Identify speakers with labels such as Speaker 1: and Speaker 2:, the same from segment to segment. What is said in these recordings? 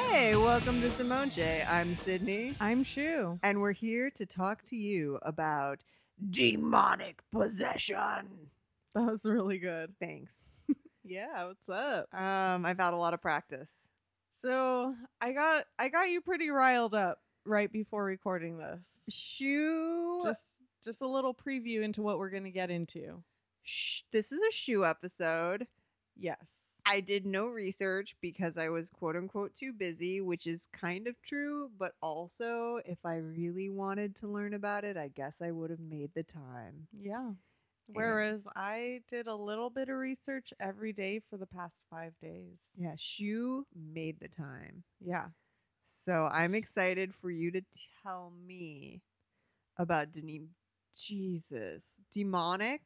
Speaker 1: Welcome to Simone J. I'm Sydney,
Speaker 2: I'm Shu.
Speaker 1: and we're here to talk to you about demonic possession.
Speaker 2: That was really good.
Speaker 1: Thanks.
Speaker 2: Yeah, what's up?
Speaker 1: Um, I've had a lot of practice.
Speaker 2: So I got I got you pretty riled up right before recording this.
Speaker 1: Shoe.
Speaker 2: Just just a little preview into what we're gonna get into.
Speaker 1: Sh- this is a shoe episode.
Speaker 2: Yes.
Speaker 1: I did no research because I was quote unquote too busy, which is kind of true, but also if I really wanted to learn about it, I guess I would have made the time.
Speaker 2: Yeah. Whereas I did a little bit of research every day for the past five days.
Speaker 1: Yeah, Shu made the time.
Speaker 2: Yeah.
Speaker 1: So I'm excited for you to tell me about Denim. Jesus, demonic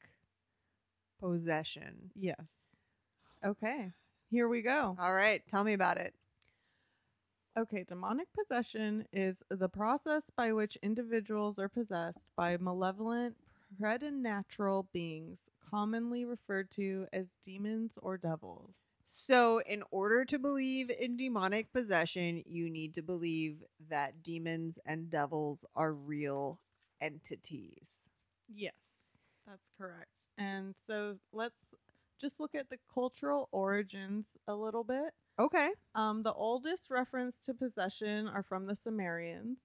Speaker 1: possession.
Speaker 2: Yes. Okay. Here we go.
Speaker 1: All right, tell me about it.
Speaker 2: Okay, demonic possession is the process by which individuals are possessed by malevolent preternatural beings, commonly referred to as demons or devils.
Speaker 1: So, in order to believe in demonic possession, you need to believe that demons and devils are real entities.
Speaker 2: Yes, that's correct. And so let's just look at the cultural origins a little bit.
Speaker 1: Okay.
Speaker 2: Um, the oldest reference to possession are from the Sumerians,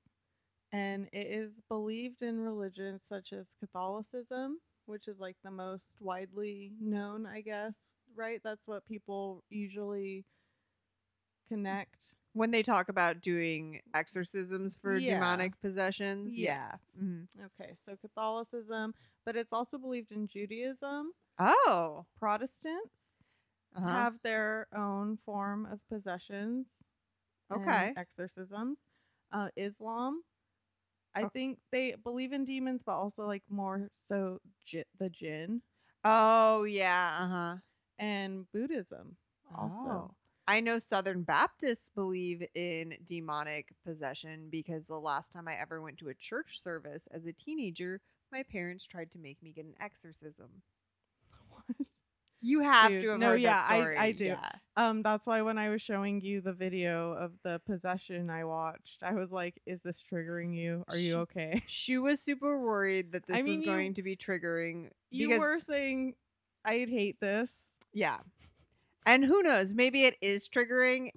Speaker 2: and it is believed in religions such as Catholicism, which is like the most widely known, I guess, right? That's what people usually connect.
Speaker 1: When they talk about doing exorcisms for
Speaker 2: Yeah.
Speaker 1: demonic possessions,
Speaker 2: Yeah.
Speaker 1: Mhm.
Speaker 2: Okay, so Catholicism, but it's also believed in Judaism.
Speaker 1: Oh.
Speaker 2: Protestants
Speaker 1: Uh-huh.
Speaker 2: have their own form of possessions. and
Speaker 1: okay.
Speaker 2: exorcisms uh islam i
Speaker 1: Ok-
Speaker 2: think they believe in demons but also like more so j- the jinn
Speaker 1: Oh yeah, uh huh.
Speaker 2: and buddhism also
Speaker 1: I know Southern Baptists believe in demonic possession because the last time I ever went to a church service as a teenager, my parents tried to make me get an exorcism. You have
Speaker 2: Dude,
Speaker 1: to have
Speaker 2: no,
Speaker 1: heard
Speaker 2: yeah,
Speaker 1: that
Speaker 2: I-
Speaker 1: story.
Speaker 2: I do.
Speaker 1: Yeah.
Speaker 2: um that's why when i was showing you the video of the possession i watched i was like is this triggering you are
Speaker 1: Sh-
Speaker 2: you okay
Speaker 1: She was super worried that this
Speaker 2: I
Speaker 1: was
Speaker 2: mean, you-
Speaker 1: going to be triggering.
Speaker 2: you
Speaker 1: because-
Speaker 2: were saying i'd hate this
Speaker 1: Yeah. And who knows? Maybe it is triggering.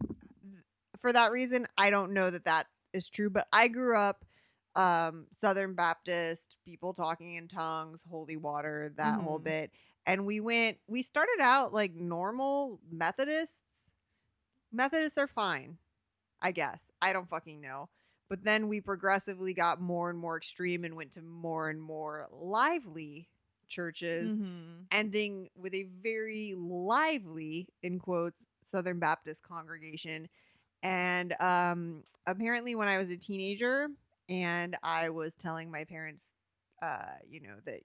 Speaker 1: For that reason, I don't know that that is true, but I grew up um, Southern Baptist, people talking in tongues, holy water, that whole
Speaker 2: Mhm.
Speaker 1: bit. And we went, we started out like normal Methodists. Methodists are fine, I guess. I don't fucking know. But then we progressively got more and more extreme and went to more and more lively churches
Speaker 2: Mhm.
Speaker 1: ending with a very lively, in quotes, Southern Baptist congregation. And um, apparently, when I was a teenager and I was telling my parents, uh, you know, that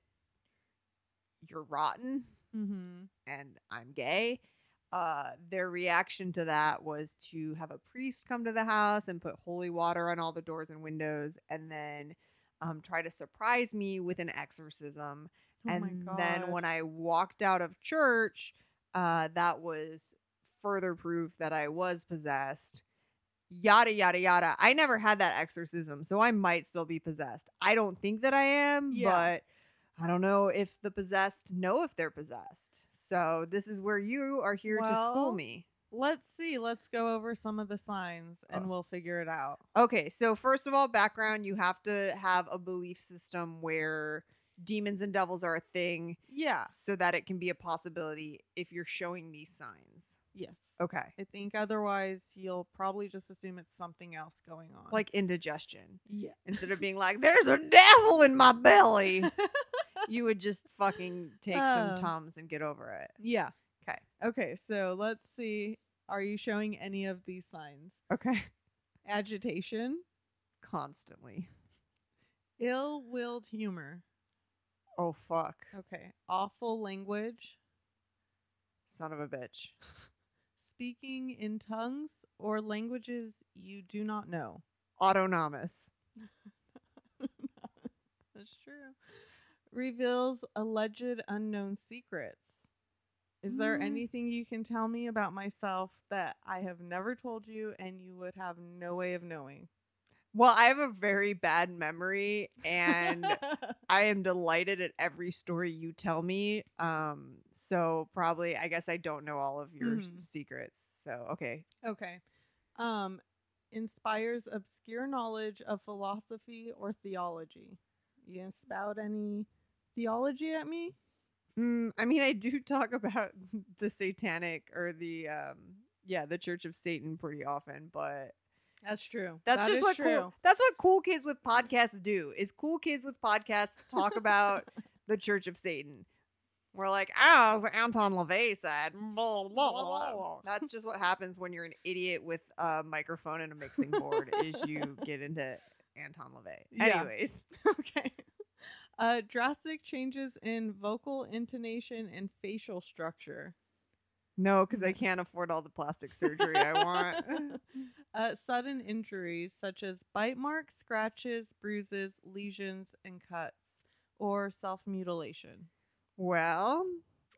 Speaker 1: you're rotten
Speaker 2: Mhm.
Speaker 1: and I'm gay. Uh, their reaction to that was to have a priest come to the house and put holy water on all the doors and windows, and then um, try to surprise me with an exorcism
Speaker 2: Oh my
Speaker 1: and then when
Speaker 2: God.
Speaker 1: I walked out of church, uh, that was further proof that I was possessed. Yada, yada, yada. I never had that exorcism, so I might still be possessed. I don't think that I am,
Speaker 2: Yeah.
Speaker 1: but I don't know if the possessed know if they're possessed. So this is where you are here to school
Speaker 2: Well-
Speaker 1: me.
Speaker 2: let's see let's go over some of the signs
Speaker 1: Oh.
Speaker 2: and we'll figure it out
Speaker 1: Okay, so first of all, background you have to have a belief system where demons and devils are a thing.
Speaker 2: yeah
Speaker 1: so that it can be a possibility if you're showing these signs.
Speaker 2: yes
Speaker 1: Okay.
Speaker 2: I think otherwise you'll probably just assume it's something else going on.
Speaker 1: Like indigestion.
Speaker 2: yeah.
Speaker 1: Instead of being like, there's a devil in my belly, you would just fucking take some
Speaker 2: Oh.
Speaker 1: Tums and get over it.
Speaker 2: yeah.
Speaker 1: Okay.
Speaker 2: Okay, so let's see. Are you showing any of these signs?
Speaker 1: Okay.
Speaker 2: Agitation,
Speaker 1: Constantly.
Speaker 2: ill-willed humor.
Speaker 1: Oh, fuck.
Speaker 2: Okay. Awful language,
Speaker 1: Son of a bitch.
Speaker 2: speaking in tongues or languages you do not know.
Speaker 1: Autonomous.
Speaker 2: That's true. Reveals alleged unknown secrets. Is there
Speaker 1: Mm.
Speaker 2: anything you can tell me about myself that I have never told you and you would have no way of knowing?
Speaker 1: Well, I have a very bad memory and I am delighted at every story you tell me. Um, so probably I guess I don't know all of your s-
Speaker 2: Mhm.
Speaker 1: secrets. So okay.
Speaker 2: okay. Um inspires obscure knowledge of philosophy or theology. You gonna spout any theology at me?
Speaker 1: Mm, I mean, I do talk about the satanic or the um, yeah, the Church of Satan pretty often, but
Speaker 2: That's true.
Speaker 1: That's just what cool. That's what cool kids with podcasts do. Is cool kids with podcasts talk about the Church of Satan? We're like, oh, as Anton LaVey said. Blah, blah, blah, blah." That's just what happens when you're an idiot with a microphone and a mixing board. is you get into Anton LaVey.
Speaker 2: Yeah.
Speaker 1: Anyways,
Speaker 2: okay. Uh, drastic changes in vocal intonation and facial structure.
Speaker 1: no, because I can't afford all the plastic surgery I want.
Speaker 2: uh, sudden injuries such as bite marks, scratches, bruises, lesions, and cuts, or self mutilation.
Speaker 1: Well,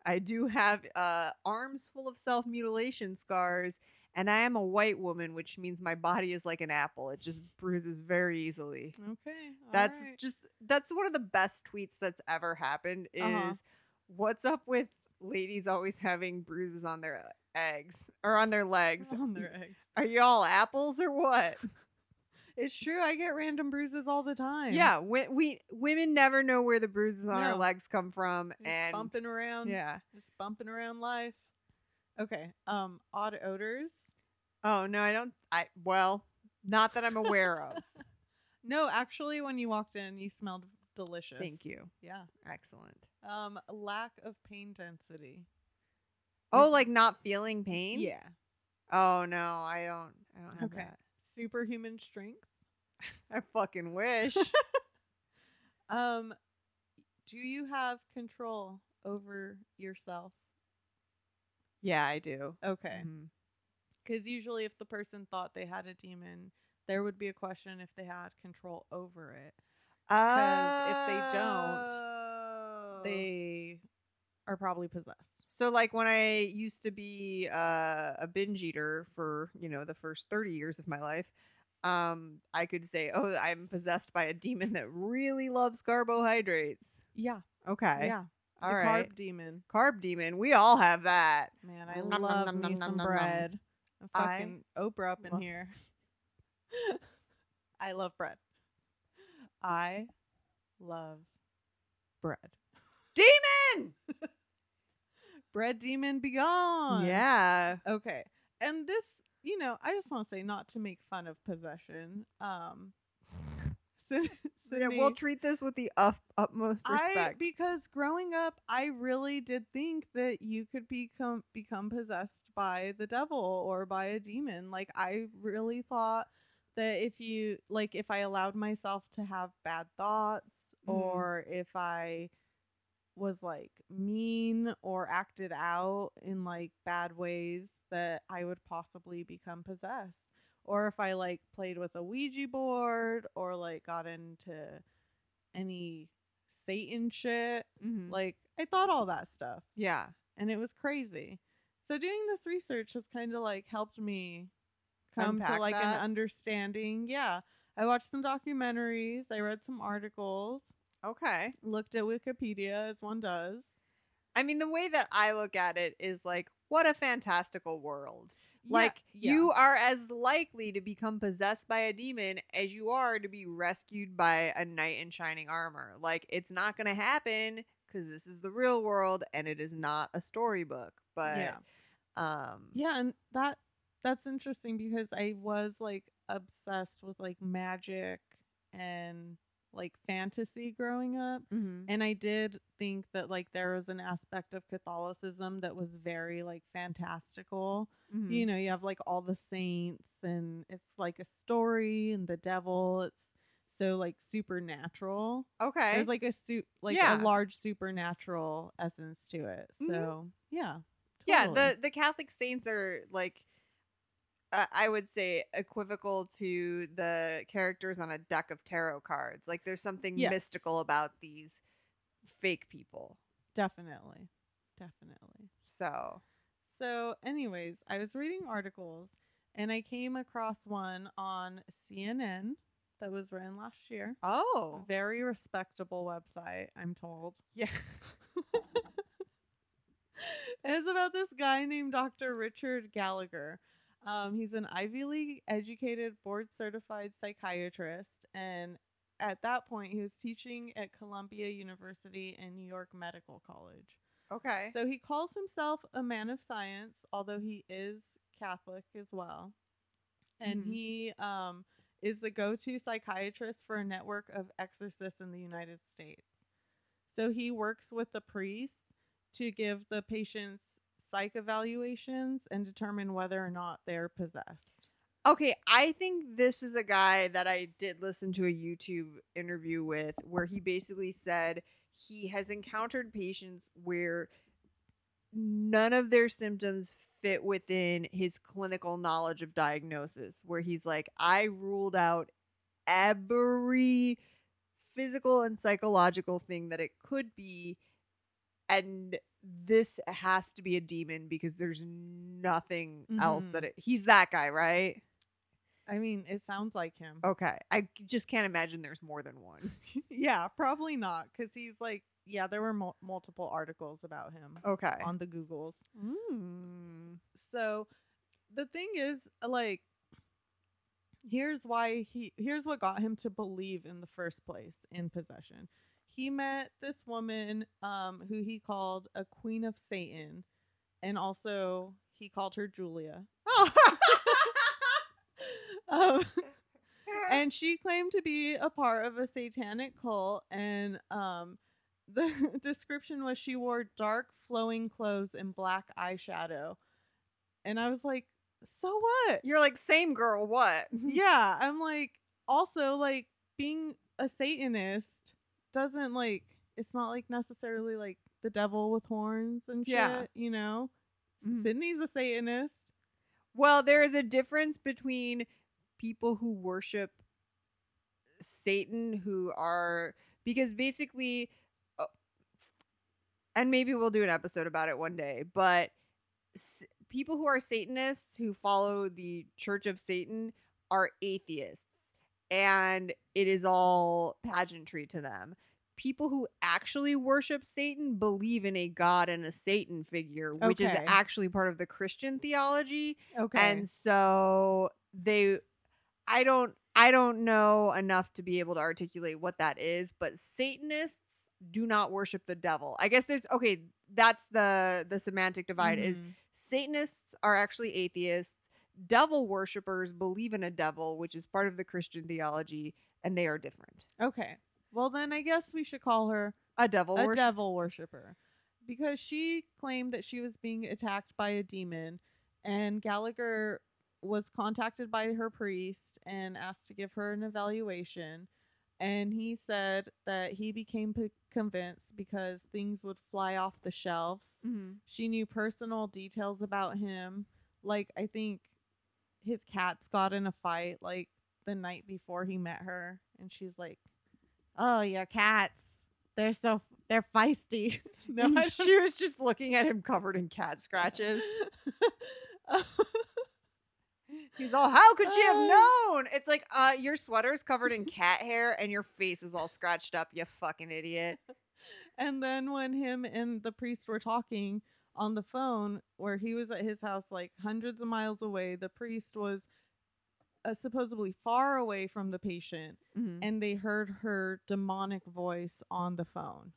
Speaker 1: I do have uh, arms full of self mutilation scars, and I am a white woman, which means my body is like an apple. It just bruises very easily.
Speaker 2: Okay.
Speaker 1: that's just that's one of the best tweets that's ever happened. Is
Speaker 2: Uh-huh.
Speaker 1: what's up with ladies always having bruises on their eggs or on their legs?
Speaker 2: on their eggs.
Speaker 1: Are y'all apples or what?
Speaker 2: It's true. I get random bruises all the time.
Speaker 1: yeah, we, we women never know where the bruises on our
Speaker 2: No.
Speaker 1: legs come from,
Speaker 2: Just
Speaker 1: and
Speaker 2: bumping around.
Speaker 1: yeah.
Speaker 2: Just bumping around life. Okay. Um, odd odors.
Speaker 1: Oh no, I don't. I well, not that I'm aware of.
Speaker 2: No, actually, when you walked in, you smelled delicious.
Speaker 1: Thank you.
Speaker 2: Yeah.
Speaker 1: Excellent.
Speaker 2: Um, lack of pain density.
Speaker 1: Oh,
Speaker 2: Mhm.
Speaker 1: like not feeling pain.
Speaker 2: Yeah.
Speaker 1: Oh no, I don't. I don't have
Speaker 2: Okay.
Speaker 1: that.
Speaker 2: Superhuman strength.
Speaker 1: I fucking wish.
Speaker 2: Um, do you have control over yourself?
Speaker 1: yeah, I do.
Speaker 2: Okay.
Speaker 1: Mhm.
Speaker 2: Because usually, if the person thought they had a demon, there would be a question if they had control over it. 'Cause if they don't,
Speaker 1: Oh.
Speaker 2: They are probably possessed.
Speaker 1: So like when I used to be uh, a binge eater for you know the first thirty years of my life, um, I could say, oh, I'm possessed by a demon that really loves carbohydrates.
Speaker 2: Yeah.
Speaker 1: Okay,
Speaker 2: Yeah.
Speaker 1: all
Speaker 2: the
Speaker 1: right.
Speaker 2: carb demon.
Speaker 1: carb demon. We all have that.
Speaker 2: Man, I
Speaker 1: Nom, nom,
Speaker 2: love
Speaker 1: nom,
Speaker 2: me
Speaker 1: nom, nom,
Speaker 2: some
Speaker 1: nom, nom.
Speaker 2: bread. I'm
Speaker 1: I
Speaker 2: fucking Oprah up in
Speaker 1: love-
Speaker 2: here. I love bread. I love bread.
Speaker 1: Demon.
Speaker 2: Bread demon be gone.
Speaker 1: Yeah.
Speaker 2: Okay. And this, you know, I just want to say not to make fun of possession. Um Syd-
Speaker 1: Yeah,
Speaker 2: Sydney,
Speaker 1: we'll treat this with the up, utmost
Speaker 2: I
Speaker 1: respect.
Speaker 2: because growing up I really did think that you could become become possessed by the devil or by a demon. Like I really thought that if you like if I allowed myself to have bad thoughts
Speaker 1: Mhm.
Speaker 2: or if I was like mean or acted out in like bad ways that I would possibly become possessed. Or if I like played with a Ouija board or like got into any Satan shit.
Speaker 1: Mhm.
Speaker 2: Like I thought all that stuff
Speaker 1: yeah.
Speaker 2: and it was crazy. So doing this research has kind of like helped me come to
Speaker 1: Unpack
Speaker 2: like an
Speaker 1: that?
Speaker 2: understanding. Yeah. I watched some documentaries, I read some articles,
Speaker 1: Okay.
Speaker 2: looked at Wikipedia as one does.
Speaker 1: I mean, the way that I look at it is like, what a fantastical world.
Speaker 2: Yeah,
Speaker 1: Like,
Speaker 2: yeah.
Speaker 1: you are as likely to become possessed by a demon as you are to be rescued by a knight in shining armor. Like, it's not going to happen because this is the real world and it is not a storybook. But,
Speaker 2: yeah.
Speaker 1: um,
Speaker 2: Yeah, and that that's interesting because I was like obsessed with like magic and like fantasy growing up.
Speaker 1: mhm.
Speaker 2: And I did think that like there was an aspect of Catholicism that was very like fantastical.
Speaker 1: Mhm.
Speaker 2: You know, you have like all the saints and it's like a story and the devil. It's so like supernatural.
Speaker 1: okay.
Speaker 2: There's like a su- like
Speaker 1: Yeah.
Speaker 2: a large supernatural essence to it. So
Speaker 1: Mhm.
Speaker 2: yeah.
Speaker 1: Yeah,
Speaker 2: totally.
Speaker 1: the the Catholic saints are like uh, I would say equivocal to the characters on a deck of tarot cards. Like there's something
Speaker 2: Yes.
Speaker 1: mystical about these fake people.
Speaker 2: Definitely. Definitely.
Speaker 1: So
Speaker 2: So, anyways, I was reading articles and I came across one on CNN that was written last year.
Speaker 1: oh
Speaker 2: Very respectable website, I'm told.
Speaker 1: yeah,
Speaker 2: It's about this guy named Dr. Richard Gallagher. Um, he's an Ivy League educated, board certified psychiatrist. And at that point, he was teaching at Columbia University and New York Medical College.
Speaker 1: okay,
Speaker 2: So he calls himself a man of science, although he is Catholic as well. And
Speaker 1: Mhm.
Speaker 2: he um, is the go to psychiatrist for a network of exorcists in the United States. So he works with the priests to give the patients psych evaluations and determine whether or not they're possessed.
Speaker 1: okay. I think this is a guy that I did listen to a YouTube interview with, where he basically said he has encountered patients where none of their symptoms fit within his clinical knowledge of diagnosis where he's like i ruled out every physical and psychological thing that it could be and this has to be a demon because there's nothing else
Speaker 2: Mhm.
Speaker 1: that it, he's that guy right
Speaker 2: I mean, it sounds like him.
Speaker 1: okay i just can't imagine there's more than one
Speaker 2: yeah, probably not, because he's like, yeah, there were mul- multiple articles about him
Speaker 1: okay
Speaker 2: on the Googles.
Speaker 1: mm.
Speaker 2: So the thing is uh, like here's why he here's what got him to believe in the first place in possession. He met this woman um who he called a queen of Satan and also he called her Julia. Um, and she claimed to be a part of a satanic cult and um the description was she wore dark flowing clothes and black eyeshadow and i was like so what
Speaker 1: You're like, same girl, what?
Speaker 2: Mm-hmm. yeah i'm like also like being a satanist doesn't like it's not like necessarily like the devil with horns and shit
Speaker 1: Yeah.
Speaker 2: you know
Speaker 1: Mhm.
Speaker 2: sydney's a satanist
Speaker 1: Well, there is a difference between people who worship Satan, who are, because basically, uh, and maybe we'll do an episode about it one day, but s- people who are Satanists who follow the Church of Satan are atheists, and it is all pageantry to them. People who actually worship Satan believe in a God and a Satan figure, which is
Speaker 2: Okay.
Speaker 1: actually part of the Christian theology
Speaker 2: okay
Speaker 1: and so they i don't i don't know enough to be able to articulate what that is but satanists do not worship the devil i guess there's okay that's the the semantic divide
Speaker 2: Mm-hmm.
Speaker 1: is satanists are actually atheists devil worshippers believe in a devil which is part of the christian theology and they are different
Speaker 2: okay well then i guess we should call her
Speaker 1: a devil
Speaker 2: a
Speaker 1: worship
Speaker 2: devil worshiper because she claimed that she was being attacked by a demon and Gallagher was contacted by her priest and asked to give her an evaluation and he said that he became p- convinced because things would fly off the shelves
Speaker 1: Mhm.
Speaker 2: she knew personal details about him like i think his cats got in a fight like the night before he met her and she's like oh your cats they're so they're feisty no I don't-
Speaker 1: she was just looking at him covered in cat scratches He's all, how could she
Speaker 2: Uh.
Speaker 1: have known? It's like, uh, your sweater's covered in cat hair and your face is all scratched up, you fucking idiot.
Speaker 2: and then when him and the priest were talking on the phone where he was at his house like hundreds of miles away the priest was uh, supposedly far away from the patient and they heard her demonic voice on the phone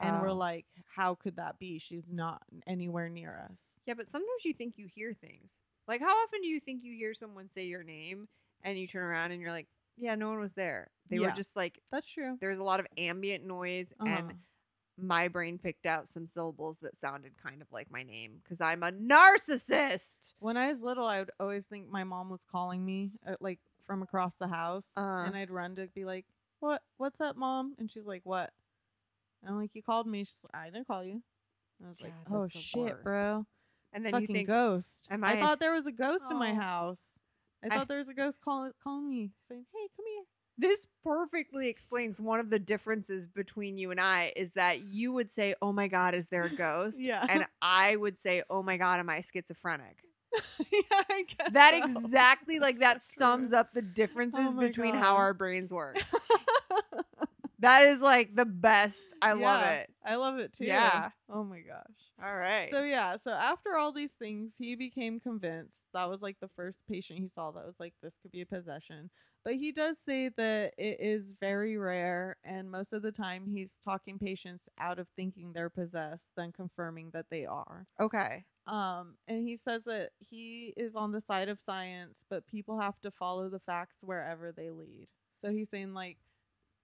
Speaker 2: and we're
Speaker 1: Oh.
Speaker 2: like how could that be she's not anywhere near us
Speaker 1: Yeah, but sometimes you think you hear things. Like, how often do you think you hear someone say your name and you turn around and you're like, yeah, no one was there? They were
Speaker 2: Yeah.
Speaker 1: just like,
Speaker 2: that's true Uh-huh.
Speaker 1: there's a lot of ambient noise, and my brain picked out some syllables that sounded kind of like my name because I'm a narcissist.
Speaker 2: when i was little i would always think my mom was calling me uh, like from across the house
Speaker 1: Uh.
Speaker 2: and i'd run to be like what what's up mom and she's like what and i'm like you called me she's like i didn't call you And i was like
Speaker 1: God,
Speaker 2: oh
Speaker 1: that's the
Speaker 2: shit
Speaker 1: worst.
Speaker 2: bro
Speaker 1: And then
Speaker 2: fucking
Speaker 1: you think,
Speaker 2: ghost.
Speaker 1: am
Speaker 2: I,
Speaker 1: I-
Speaker 2: thought there was a ghost in my
Speaker 1: Oh.
Speaker 2: house. I
Speaker 1: I-
Speaker 2: thought there was a ghost calling calling me, saying, "Hey, come here."
Speaker 1: This perfectly explains one of the differences between you and I is that you would say, "Oh my god, is there a ghost?"
Speaker 2: Yeah.
Speaker 1: And I would say, "Oh my god, am I schizophrenic?"
Speaker 2: yeah, I guess
Speaker 1: That
Speaker 2: so.
Speaker 1: exactly like that
Speaker 2: Oh, so
Speaker 1: sums
Speaker 2: true.
Speaker 1: up the differences
Speaker 2: Oh my
Speaker 1: between how
Speaker 2: God.
Speaker 1: our brains work. that is like the best. I love
Speaker 2: Yeah,
Speaker 1: it.
Speaker 2: I love it too.
Speaker 1: Yeah.
Speaker 2: Oh my gosh.
Speaker 1: All right.
Speaker 2: So yeah, so after all these things, he became convinced that was like the first patient he saw that was like this could be a possession. But he does say that it is very rare and most of the time he's talking patients out of thinking they're possessed than confirming that they are.
Speaker 1: okay.
Speaker 2: Um and he says that he is on the side of science, but people have to follow the facts wherever they lead. So he's saying like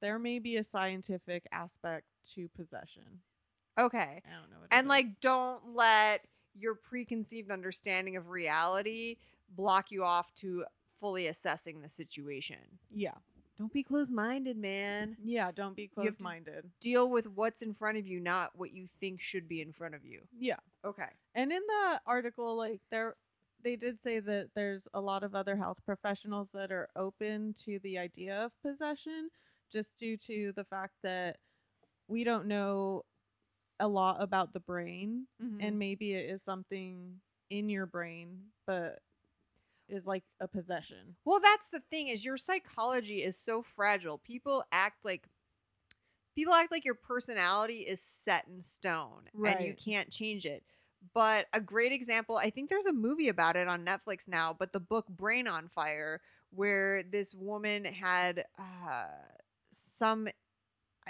Speaker 2: there may be a scientific aspect to possession.
Speaker 1: Okay.
Speaker 2: I don't know what it
Speaker 1: and
Speaker 2: is.
Speaker 1: like don't let your preconceived understanding of reality block you off to fully assessing the situation
Speaker 2: yeah.
Speaker 1: don't be closed-minded man
Speaker 2: Yeah, don't be
Speaker 1: have to-
Speaker 2: closed minded.
Speaker 1: deal with what's in front of you not what you think should be in front of you
Speaker 2: Yeah.
Speaker 1: okay
Speaker 2: And in the article, like there they did say that there's a lot of other health professionals that are open to the idea of possession just due to the fact that we don't know a lot about the brain and
Speaker 1: and
Speaker 2: maybe it is something in your brain but is like a possession.
Speaker 1: well that's the thing is your psychology is so fragile people act like people act like your personality is set in stone and you
Speaker 2: Right.
Speaker 1: can't change it but a great example i think there's a movie about it on netflix now but the book brain on fire where this woman had uh, some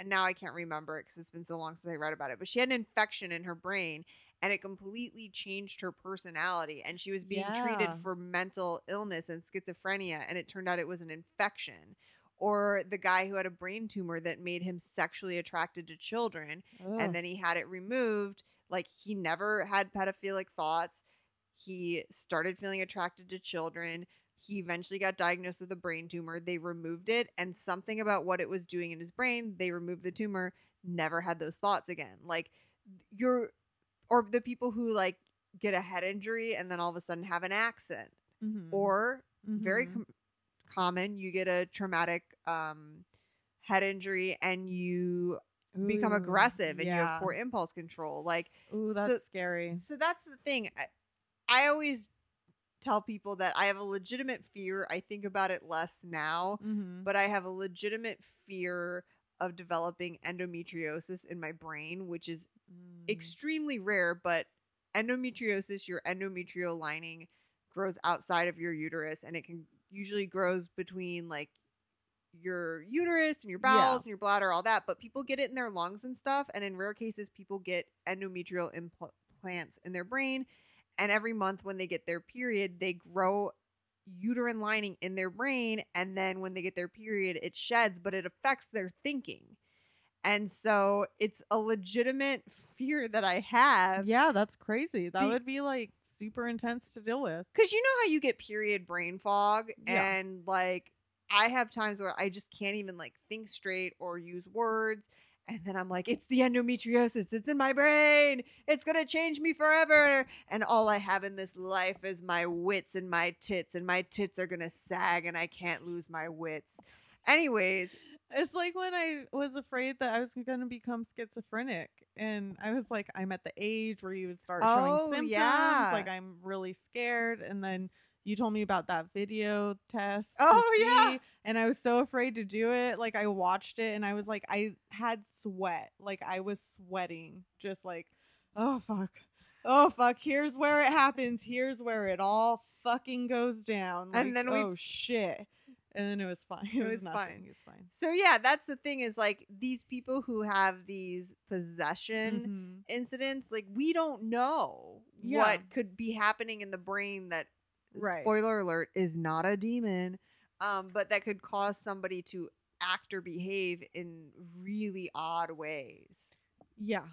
Speaker 1: now i can't remember it because it's been so long since i read about it but she had an infection in her brain and it completely changed her personality and she was being treated
Speaker 2: Yeah.
Speaker 1: for mental illness and schizophrenia and it turned out it was an infection or the guy who had a brain tumor that made him sexually attracted to children
Speaker 2: Oh.
Speaker 1: and then he had it removed. Like he never had pedophilic thoughts. He started feeling attracted to children. He eventually got diagnosed with a brain tumor. They removed it, and something about what it was doing in his brain, they removed the tumor, never had those thoughts again. Like you're, or the people who like get a head injury and then all of a sudden have an accident,
Speaker 2: Mhm.
Speaker 1: or very
Speaker 2: Mhm.
Speaker 1: com- common, you get a traumatic um, head injury and you become
Speaker 2: Ooh,
Speaker 1: aggressive and you
Speaker 2: Mm, yeah.
Speaker 1: have poor impulse control. Like,
Speaker 2: Ooh, that's scary.
Speaker 1: so that's the thing. I, I always tell people that I have a legitimate fear. I think about it less now,
Speaker 2: Mhm.
Speaker 1: but I have a legitimate fear of developing endometriosis in my brain, which is
Speaker 2: Mm.
Speaker 1: extremely rare, but endometriosis, your endometrial lining grows outside of your uterus and it can usually grows between like your uterus and your
Speaker 2: Yeah.
Speaker 1: bowels and your bladder, all that. But people get it in their lungs and stuff. And in rare cases, people get endometrial impl- implants in their brain. And every month when they get their period, they grow uterine lining in their brain. And then when they get their period, it sheds, but it affects their thinking. And so it's a legitimate fear that I have.
Speaker 2: Yeah, that's crazy. That
Speaker 1: Be-
Speaker 2: would be like super intense to deal with.
Speaker 1: Because you know how you get period brain fog,
Speaker 2: Yeah.
Speaker 1: and like I have times where I just can't even like think straight or use words. And then I'm like, it's the endometriosis. It's in my brain. It's going to change me forever. And all I have in this life is my wits and my tits, and my tits are going to sag, and I can't lose my wits. Anyways,
Speaker 2: It's like when I was afraid that I was going to become schizophrenic. And I was like, I'm at the age where you would start
Speaker 1: Oh,
Speaker 2: showing symptoms.
Speaker 1: yeah.
Speaker 2: Like, I'm really scared. And then you told me about that video test. to
Speaker 1: Oh, yeah.
Speaker 2: see, And I was so afraid to do it. Like, I watched it and I was like, I had sweat. Like, I was sweating, just like, oh, fuck. Oh, fuck. Here's where it happens. Here's where it all fucking goes down.
Speaker 1: And
Speaker 2: Like,
Speaker 1: then we-
Speaker 2: oh, shit. And then it was fine. It,
Speaker 1: was
Speaker 2: was, nothing.
Speaker 1: fine.
Speaker 2: It was fine.
Speaker 1: so yeah, that's the thing is like these people who have these possession.
Speaker 2: Mhm.
Speaker 1: incidents like we don't know
Speaker 2: Yeah.
Speaker 1: what could be happening in the brain that
Speaker 2: Right.
Speaker 1: spoiler alert is not a demon um but that could cause somebody to act or behave in really odd ways
Speaker 2: Yeah.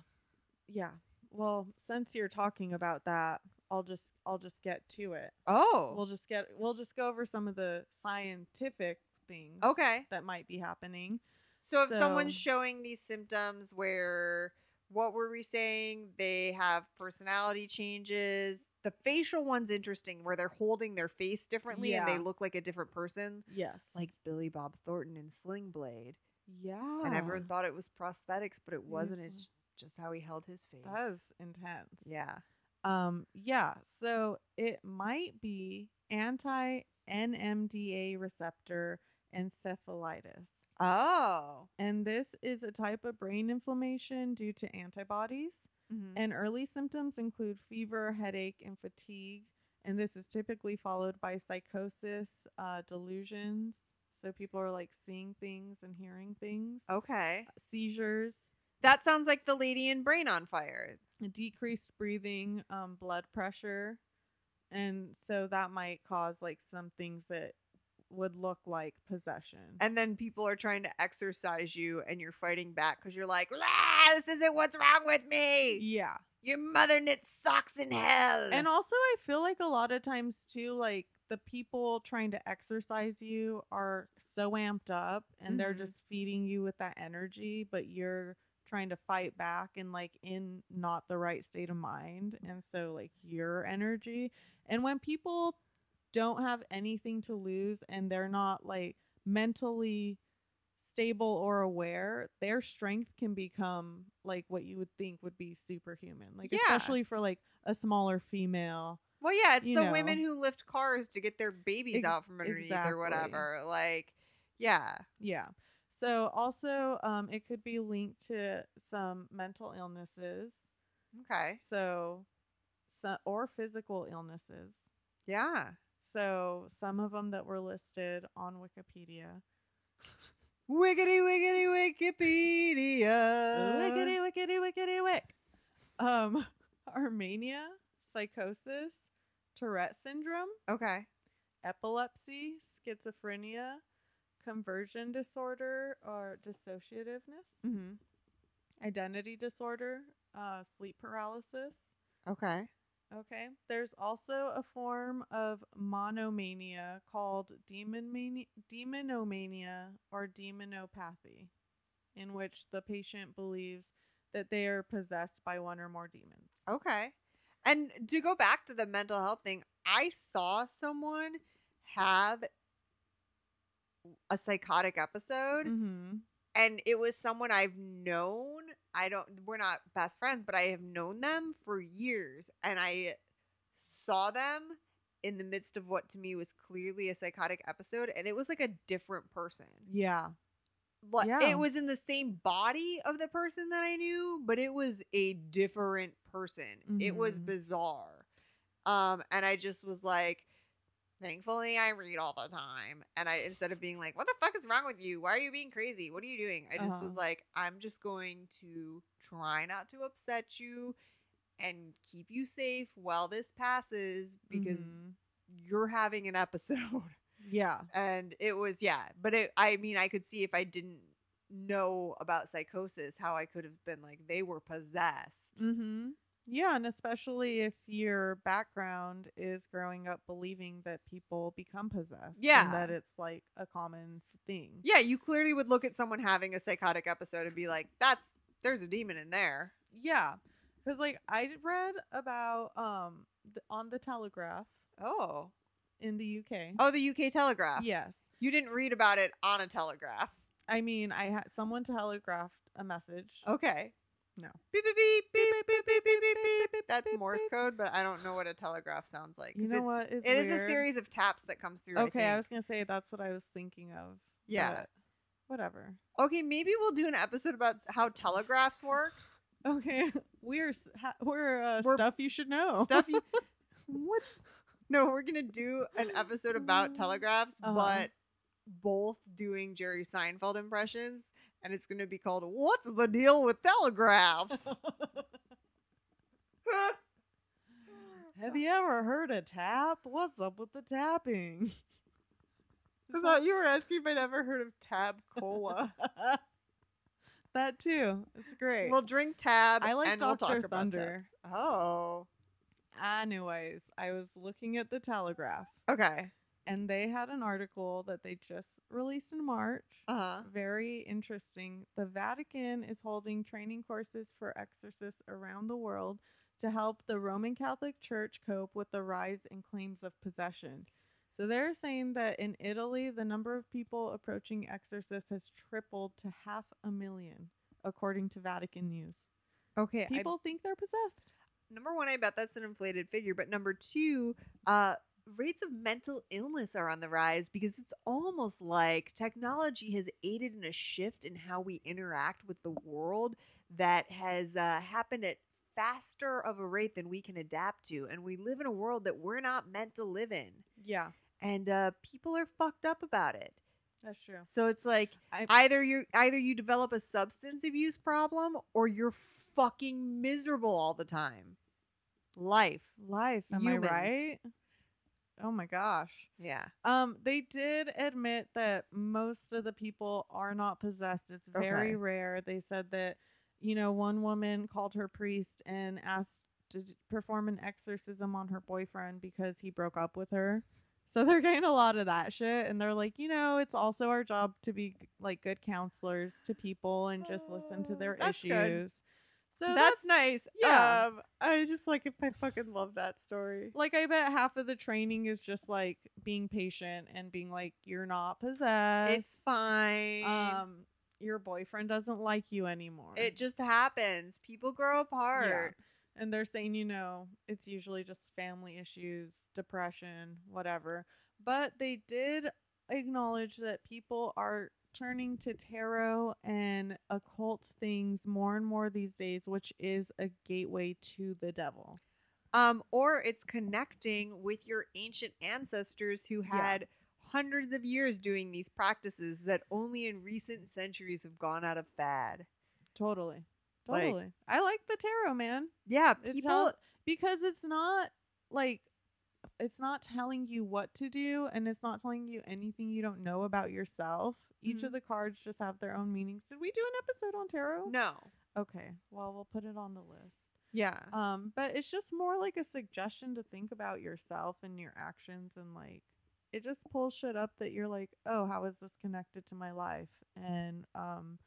Speaker 2: Yeah. Well, since you're talking about that, I'll just I'll just get to it.
Speaker 1: oh
Speaker 2: We'll just get we'll just go over some of the scientific things
Speaker 1: okay
Speaker 2: that might be happening.
Speaker 1: so if someone's
Speaker 2: So-
Speaker 1: showing these symptoms where what were we saying? They have personality changes. The facial one's interesting where they're holding their face differently and they
Speaker 2: Yeah.
Speaker 1: look like a different person,
Speaker 2: Yes.
Speaker 1: like Billy Bob Thornton in Sling Blade.
Speaker 2: yeah.
Speaker 1: And everyone thought it was prosthetics, but it wasn't.
Speaker 2: Oh. Beautiful.
Speaker 1: It's just how he held his face.
Speaker 2: that is intense.
Speaker 1: Yeah.
Speaker 2: Um, yeah, so it might be anti NMDA receptor encephalitis.
Speaker 1: Oh.
Speaker 2: And this is a type of brain inflammation due to antibodies.
Speaker 1: Mhm.
Speaker 2: And early symptoms include fever, headache, and fatigue. And this is typically followed by psychosis, uh, delusions. So people are like seeing things and hearing things,
Speaker 1: Oh. Okay.
Speaker 2: seizures,
Speaker 1: That sounds like the lady in Brain on Fire.
Speaker 2: decreased breathing, um, blood pressure, and so that might cause like some things that would look like possession.
Speaker 1: And then people are trying to exercise you and you're fighting back because you're like, "Ah, this isn't what's wrong with me.
Speaker 2: yeah,
Speaker 1: Your mother knit socks in hell.
Speaker 2: and also I feel like a lot of times too, like the people trying to exercise you are so amped up, and they're
Speaker 1: Mhm.
Speaker 2: just feeding you with that energy, but you're trying to fight back and like in not the right state of mind and so like your energy and when people don't have anything to lose and they're not like mentally stable or aware, their strength can become like what you would think would be superhuman. Like
Speaker 1: Yeah.
Speaker 2: especially for like a smaller female.
Speaker 1: well, yeah, it's the
Speaker 2: you
Speaker 1: women
Speaker 2: know.
Speaker 1: who lift cars to get their babies
Speaker 2: Ex-
Speaker 1: out from underneath
Speaker 2: exactly.
Speaker 1: or whatever. Like, yeah.
Speaker 2: Yeah. So also um it could be linked to some mental illnesses.
Speaker 1: Okay.
Speaker 2: So, so or physical illnesses.
Speaker 1: Yeah.
Speaker 2: So some of them that were listed on Wikipedia.
Speaker 1: Wiggity, wiggity, Wikipedia.
Speaker 2: Wickety, wickety, wickety, wick. Um, Armenia, psychosis, Tourette syndrome,
Speaker 1: Okay.
Speaker 2: epilepsy, schizophrenia, conversion disorder or dissociativeness,
Speaker 1: hmm
Speaker 2: identity disorder, uh, sleep paralysis.
Speaker 1: Okay.
Speaker 2: Okay. There's also a form of monomania called demon mani- demonomania or demonopathy, in which the patient believes that they are possessed by one or more demons.
Speaker 1: Okay. And to go back to the mental health thing, I saw someone have a psychotic episode
Speaker 2: Mm-hmm.
Speaker 1: and it was someone I've known. I don't we're not best friends, but I have known them for years and I saw them in the midst of what to me was clearly a psychotic episode and it was like a different person
Speaker 2: Yeah.
Speaker 1: like
Speaker 2: Yeah.
Speaker 1: it was in the same body of the person that I knew, but it was a different person. It was
Speaker 2: Mhm.
Speaker 1: bizarre. Um, and I just was like, thankfully I read all the time. And I instead of being like, What the fuck is wrong with you? Why are you being crazy? What are you doing? I just
Speaker 2: Uh-huh.
Speaker 1: was like, I'm just going to try not to upset you and keep you safe while this passes because
Speaker 2: Mhm.
Speaker 1: you're having an episode
Speaker 2: yeah.
Speaker 1: and it was yeah but it, i mean i could see if i didn't know about psychosis how i could have been like they were possessed
Speaker 2: Mm-hmm. Yeah, and especially if your background is growing up believing that people become possessed.
Speaker 1: Yeah.
Speaker 2: And that it's like a common thing.
Speaker 1: yeah you clearly would look at someone having a psychotic episode and be like that's there's a demon in there
Speaker 2: Yeah, because like I d- read about um th- on the Telegraph
Speaker 1: oh
Speaker 2: in the UK.
Speaker 1: oh the uk telegraph
Speaker 2: yes.
Speaker 1: you didn't read about it on a telegraph
Speaker 2: I mean, I had someone telegraphed a message.
Speaker 1: okay
Speaker 2: No.
Speaker 1: beep beep beep beep beep beep beep beep beep that's morse code but i don't know what a telegraph sounds like 'cause
Speaker 2: you know
Speaker 1: it-
Speaker 2: what? It's
Speaker 1: it is a
Speaker 2: weird.
Speaker 1: series of taps that comes through
Speaker 2: Okay, I,
Speaker 1: I think.
Speaker 2: was gonna say that's what I was thinking of.
Speaker 1: Yeah.
Speaker 2: but Whatever.
Speaker 1: okay maybe we'll do an episode about how telegraphs work
Speaker 2: Okay, we're s- ha- we're, uh,
Speaker 1: We're-
Speaker 2: stuff you should know.
Speaker 1: stuff you what's no we're gonna do an episode about telegraphs
Speaker 2: Uh-huh.
Speaker 1: but both doing jerry seinfeld impressions and it's gonna be called what's the deal with telegraphs
Speaker 2: Have you ever heard a tap? What's up with the tapping?
Speaker 1: i thought you were asking if i'd ever heard of tab cola
Speaker 2: that too. It's great.
Speaker 1: we'll drink tab
Speaker 2: I like
Speaker 1: and we'll
Speaker 2: Dr.
Speaker 1: talk about
Speaker 2: Thunder.
Speaker 1: tabs. oh
Speaker 2: Anyways, I was looking at the Telegraph
Speaker 1: okay
Speaker 2: and they had an article that they just released in March.
Speaker 1: Uh-huh.
Speaker 2: Very interesting. The Vatican is holding training courses for exorcists around the world to help the Roman Catholic Church cope with the rise in claims of possession. So they're saying that in Italy, the number of people approaching exorcists has tripled to half a million, according to Vatican News.
Speaker 1: Okay. I-
Speaker 2: People think they're possessed.
Speaker 1: number one, I bet that's an inflated figure. But number two, uh, rates of mental illness are on the rise because it's almost like technology has aided in a shift in how we interact with the world that has uh, happened at faster of a rate than we can adapt to. And we live in a world that we're not meant to live in.
Speaker 2: Yeah,
Speaker 1: And uh, people are fucked up about it.
Speaker 2: that's true.
Speaker 1: So it's like
Speaker 2: I-
Speaker 1: either you either you develop a substance abuse problem or you're fucking miserable all the time. Life.
Speaker 2: Life, am
Speaker 1: Humans.
Speaker 2: I right? Oh my gosh.
Speaker 1: Yeah.
Speaker 2: Um, they did admit that most of the people are not possessed. It's very
Speaker 1: Okay.
Speaker 2: rare. They said that, you know, one woman called her priest and asked to d- perform an exorcism on her boyfriend because he broke up with her. So they're getting a lot of that shit, and they're like, you know, it's also our job to be like good counselors to people and just listen to
Speaker 1: Oh,
Speaker 2: their
Speaker 1: that's good.
Speaker 2: issues. So
Speaker 1: that's, nice.
Speaker 2: yeah. Um, I just like if I fucking love that story. Like I bet half of the training is just like being patient and being like, you're not possessed.
Speaker 1: It's fine.
Speaker 2: Um, your boyfriend doesn't like you anymore.
Speaker 1: it just happens. People grow apart.
Speaker 2: and they're saying, you know, it's usually just family issues, depression, whatever. But they did acknowledge that people are turning to tarot and occult things more and more these days, which is a gateway to the devil.
Speaker 1: Um, or it's connecting with your ancient ancestors who
Speaker 2: Yeah.
Speaker 1: had hundreds of years doing these practices that only in recent centuries have gone out of fad.
Speaker 2: Totally.
Speaker 1: Like-
Speaker 2: Totally. I like the tarot, man.
Speaker 1: Yeah,
Speaker 2: It
Speaker 1: people
Speaker 2: sounds- because it's not like it's not telling you what to do and it's not telling you anything you don't know about yourself. Each
Speaker 1: Mm-hmm.
Speaker 2: of the cards just have their own meanings. Did we do an episode on tarot?
Speaker 1: no.
Speaker 2: Okay. Well, we'll put it on the list.
Speaker 1: Yeah.
Speaker 2: Um, but it's just more like a suggestion to think about yourself and your actions and like it just pulls shit up that you're like, "Oh, how is this connected to my life?"
Speaker 1: Mm-hmm.
Speaker 2: and um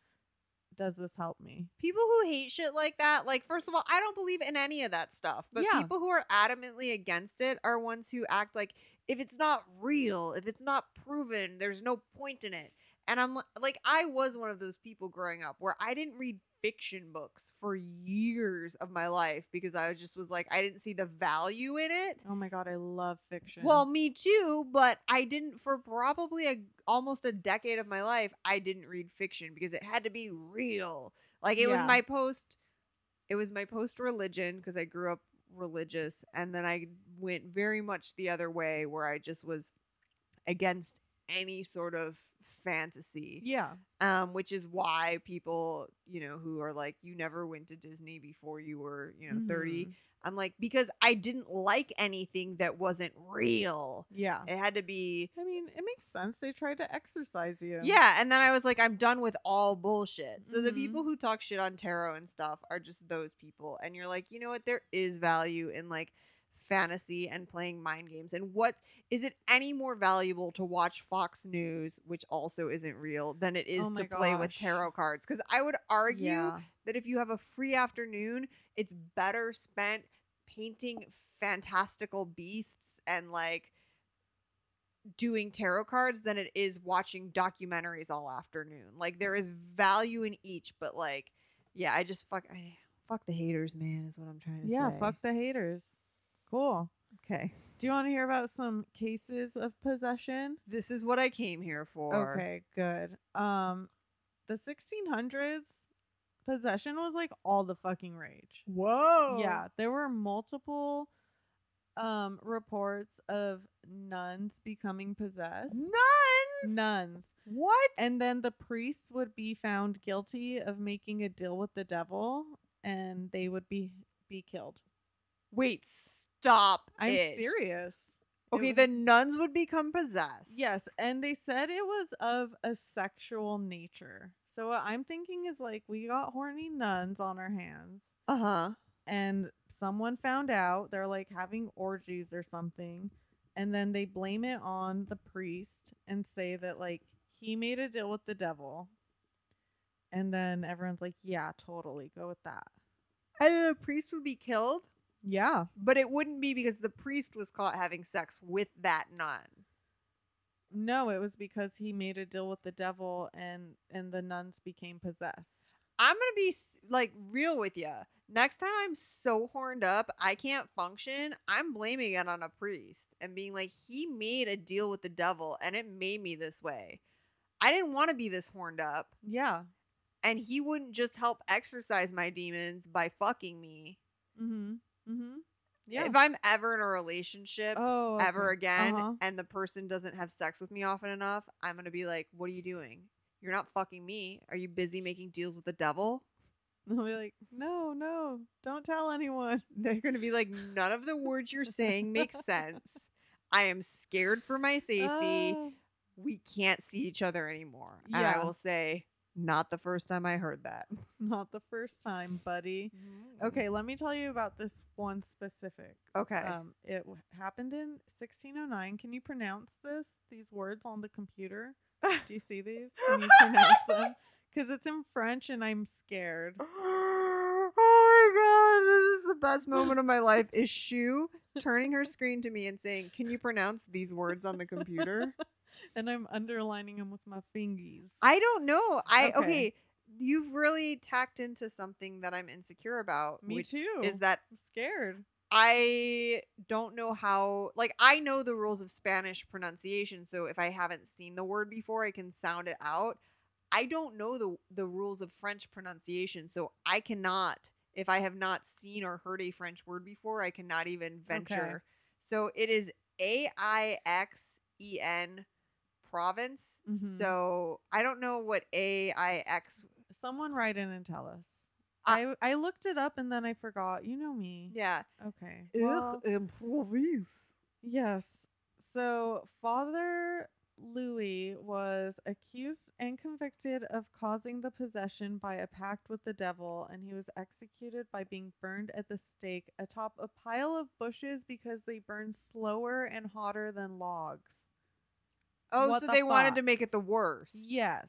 Speaker 2: does this help me?
Speaker 1: people who hate shit like that like first of all i don't believe in any of that stuff but
Speaker 2: Yeah.
Speaker 1: people who are adamantly against it are ones who act like if it's not real if it's not proven there's no point in it and i'm li- like i was one of those people growing up where i didn't read fiction books for years of my life because i just was like i didn't see the value in it
Speaker 2: Oh my god, I love fiction.
Speaker 1: well, me too, but I didn't for probably a almost a decade of my life. I didn't read fiction because it had to be real. Like it was
Speaker 2: Yeah.
Speaker 1: my post it was my post religion because I grew up religious and then I went very much the other way where I just was against any sort of fantasy.
Speaker 2: yeah,
Speaker 1: Um which is why people, you know, who are like you never went to Disney before you were, you know, 30
Speaker 2: Mhm.
Speaker 1: I'm like, because I didn't like anything that wasn't real.
Speaker 2: Yeah.
Speaker 1: It had to be.
Speaker 2: I mean, it makes sense. They tried to exercise you.
Speaker 1: Yeah. And then I was like, I'm done with all bullshit. So the
Speaker 2: Mhm.
Speaker 1: people who talk shit on tarot and stuff are just those people. And you're like, you know what? There is value in like fantasy and playing mind games. And what is it any more valuable to watch Fox News, which also isn't real, than it is
Speaker 2: Oh
Speaker 1: to
Speaker 2: my
Speaker 1: play with
Speaker 2: gosh.
Speaker 1: tarot cards? Because I would argue
Speaker 2: Yeah.
Speaker 1: that if you have a free afternoon, it's better spent painting fantastical beasts and like doing tarot cards than it is watching documentaries all afternoon. Like there is value in each, but like yeah, I just fuck I, fuck the haters, man, is what I'm trying to
Speaker 2: Yeah.
Speaker 1: say.
Speaker 2: Fuck the haters. Cool.
Speaker 1: Okay.
Speaker 2: Do you want to hear about some cases of possession?
Speaker 1: This is what I came here for.
Speaker 2: Okay, good. Um, the 1600s, possession was like all the fucking rage.
Speaker 1: Whoa.
Speaker 2: Yeah, there were multiple um reports of nuns becoming possessed.
Speaker 1: Nuns.
Speaker 2: Nuns.
Speaker 1: What?
Speaker 2: And then the priests would be found guilty of making a deal with the devil and they would be be killed.
Speaker 1: wait, stop.
Speaker 2: I'm
Speaker 1: it.
Speaker 2: serious. It
Speaker 1: Okay,
Speaker 2: was-
Speaker 1: the nuns would become possessed.
Speaker 2: Yes, and they said it was of a sexual nature. So what I'm thinking is like we got horny nuns on our hands
Speaker 1: Uh huh.
Speaker 2: and someone found out they're like having orgies or something and then they blame it on the priest and say that like he made a deal with the devil. And then everyone's like, yeah, totally. Go with that.
Speaker 1: Either the priest would be killed,
Speaker 2: Yeah.
Speaker 1: but it wouldn't be because the priest was caught having sex with that nun.
Speaker 2: No, it was because he made a deal with the devil and and the nuns became possessed.
Speaker 1: I'm gonna be s- like real with you. Next time I'm so horned up, I can't function. I'm blaming it on a priest and being like, he made a deal with the devil and it made me this way. I didn't want to be this horned up,
Speaker 2: Yeah.
Speaker 1: and he wouldn't just help exorcise my demons by fucking me.
Speaker 2: Mhm. Mhm. Yeah.
Speaker 1: If I'm ever in a relationship
Speaker 2: oh. okay.
Speaker 1: ever again
Speaker 2: Uh-huh.
Speaker 1: and the person doesn't have sex with me often enough, I'm gonna be like, what are you doing? You're not fucking me. Are you busy making deals with the devil?
Speaker 2: They'll be like, "No, no. Don't tell anyone."
Speaker 1: They're going to be like, none of the words you're saying make sense. I am scared for my safety.
Speaker 2: Ah.
Speaker 1: we can't see each other anymore. And
Speaker 2: Yeah.
Speaker 1: I will say, not the first time I heard that.
Speaker 2: Not the first time, buddy. Okay, let me tell you about this one specific.
Speaker 1: Okay.
Speaker 2: Um, it w- happened in 1609. Can you pronounce this? These words on the computer. Do you see these? Can you pronounce them? Because it's in French, and I'm scared.
Speaker 1: oh my god, this is the best moment of my life. Is Shu turning her screen to me and saying, "Can you pronounce these words on the computer?"
Speaker 2: and I'm underlining them with my fingies.
Speaker 1: I don't know. I okay.
Speaker 2: Okay.
Speaker 1: You've really tacked into something that I'm insecure about,
Speaker 2: Me
Speaker 1: which
Speaker 2: too.
Speaker 1: is that
Speaker 2: I'm scared.
Speaker 1: I don't know how like I know the rules of Spanish pronunciation, so if I haven't seen the word before, I can sound it out. I don't know the the rules of French pronunciation, so I cannot if I have not seen or heard a French word before, I cannot even venture. So it is A I X E N province.
Speaker 2: Mhm.
Speaker 1: So I don't know what A I X
Speaker 2: Someone write in and tell us.
Speaker 1: I-
Speaker 2: I, I looked it up and then I forgot. You know me.
Speaker 1: yeah.
Speaker 2: Okay. Well, Yes. So Father Louis was accused and convicted of causing the possession by a pact with the devil, and he was executed by being burned at the stake atop a pile of bushes because they burn slower and hotter than logs.
Speaker 1: Oh,
Speaker 2: What
Speaker 1: so
Speaker 2: the
Speaker 1: they wanted
Speaker 2: fuck?
Speaker 1: to make it the worst.
Speaker 2: Yes.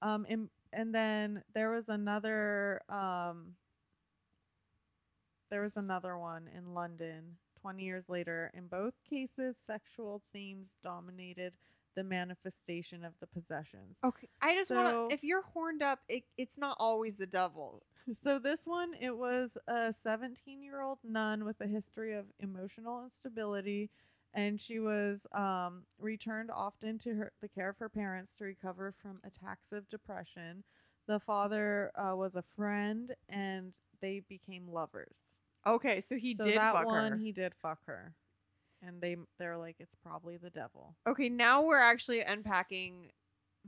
Speaker 2: Um and and then there was another um there was another one in London 20 years later. In both cases, sexual themes dominated the manifestation of the possessions.
Speaker 1: Okay, I just
Speaker 2: So-
Speaker 1: want to. If you're horned up, it, it's not always the devil.
Speaker 2: So this one, it was a 17-year-old nun with a history of emotional instability, and she was um, returned often to her, the care of her parents to recover from attacks of depression. The father uh, was a friend, and they became lovers.
Speaker 1: Okay, so he
Speaker 2: so
Speaker 1: did
Speaker 2: that
Speaker 1: fuck
Speaker 2: one,
Speaker 1: her.
Speaker 2: he did fuck her, and they they're like, it's probably the devil.
Speaker 1: okay, now we're actually unpacking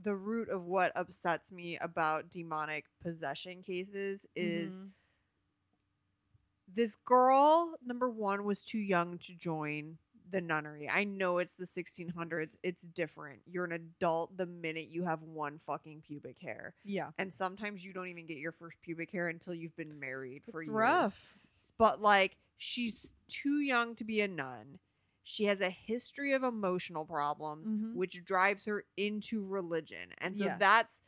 Speaker 1: the root of what upsets me about demonic possession cases is
Speaker 2: Mhm.
Speaker 1: this girl number one was too young to join the nunnery i know it's the 1600s it's different you're an adult the minute you have one fucking pubic hair
Speaker 2: yeah,
Speaker 1: and sometimes you don't even get your first pubic hair until you've been married for
Speaker 2: it's
Speaker 1: years
Speaker 2: rough.
Speaker 1: but like she's too young to be a nun. She has a history of emotional problems,
Speaker 2: Mhm.
Speaker 1: which drives her into religion, and so
Speaker 2: Yes.
Speaker 1: that's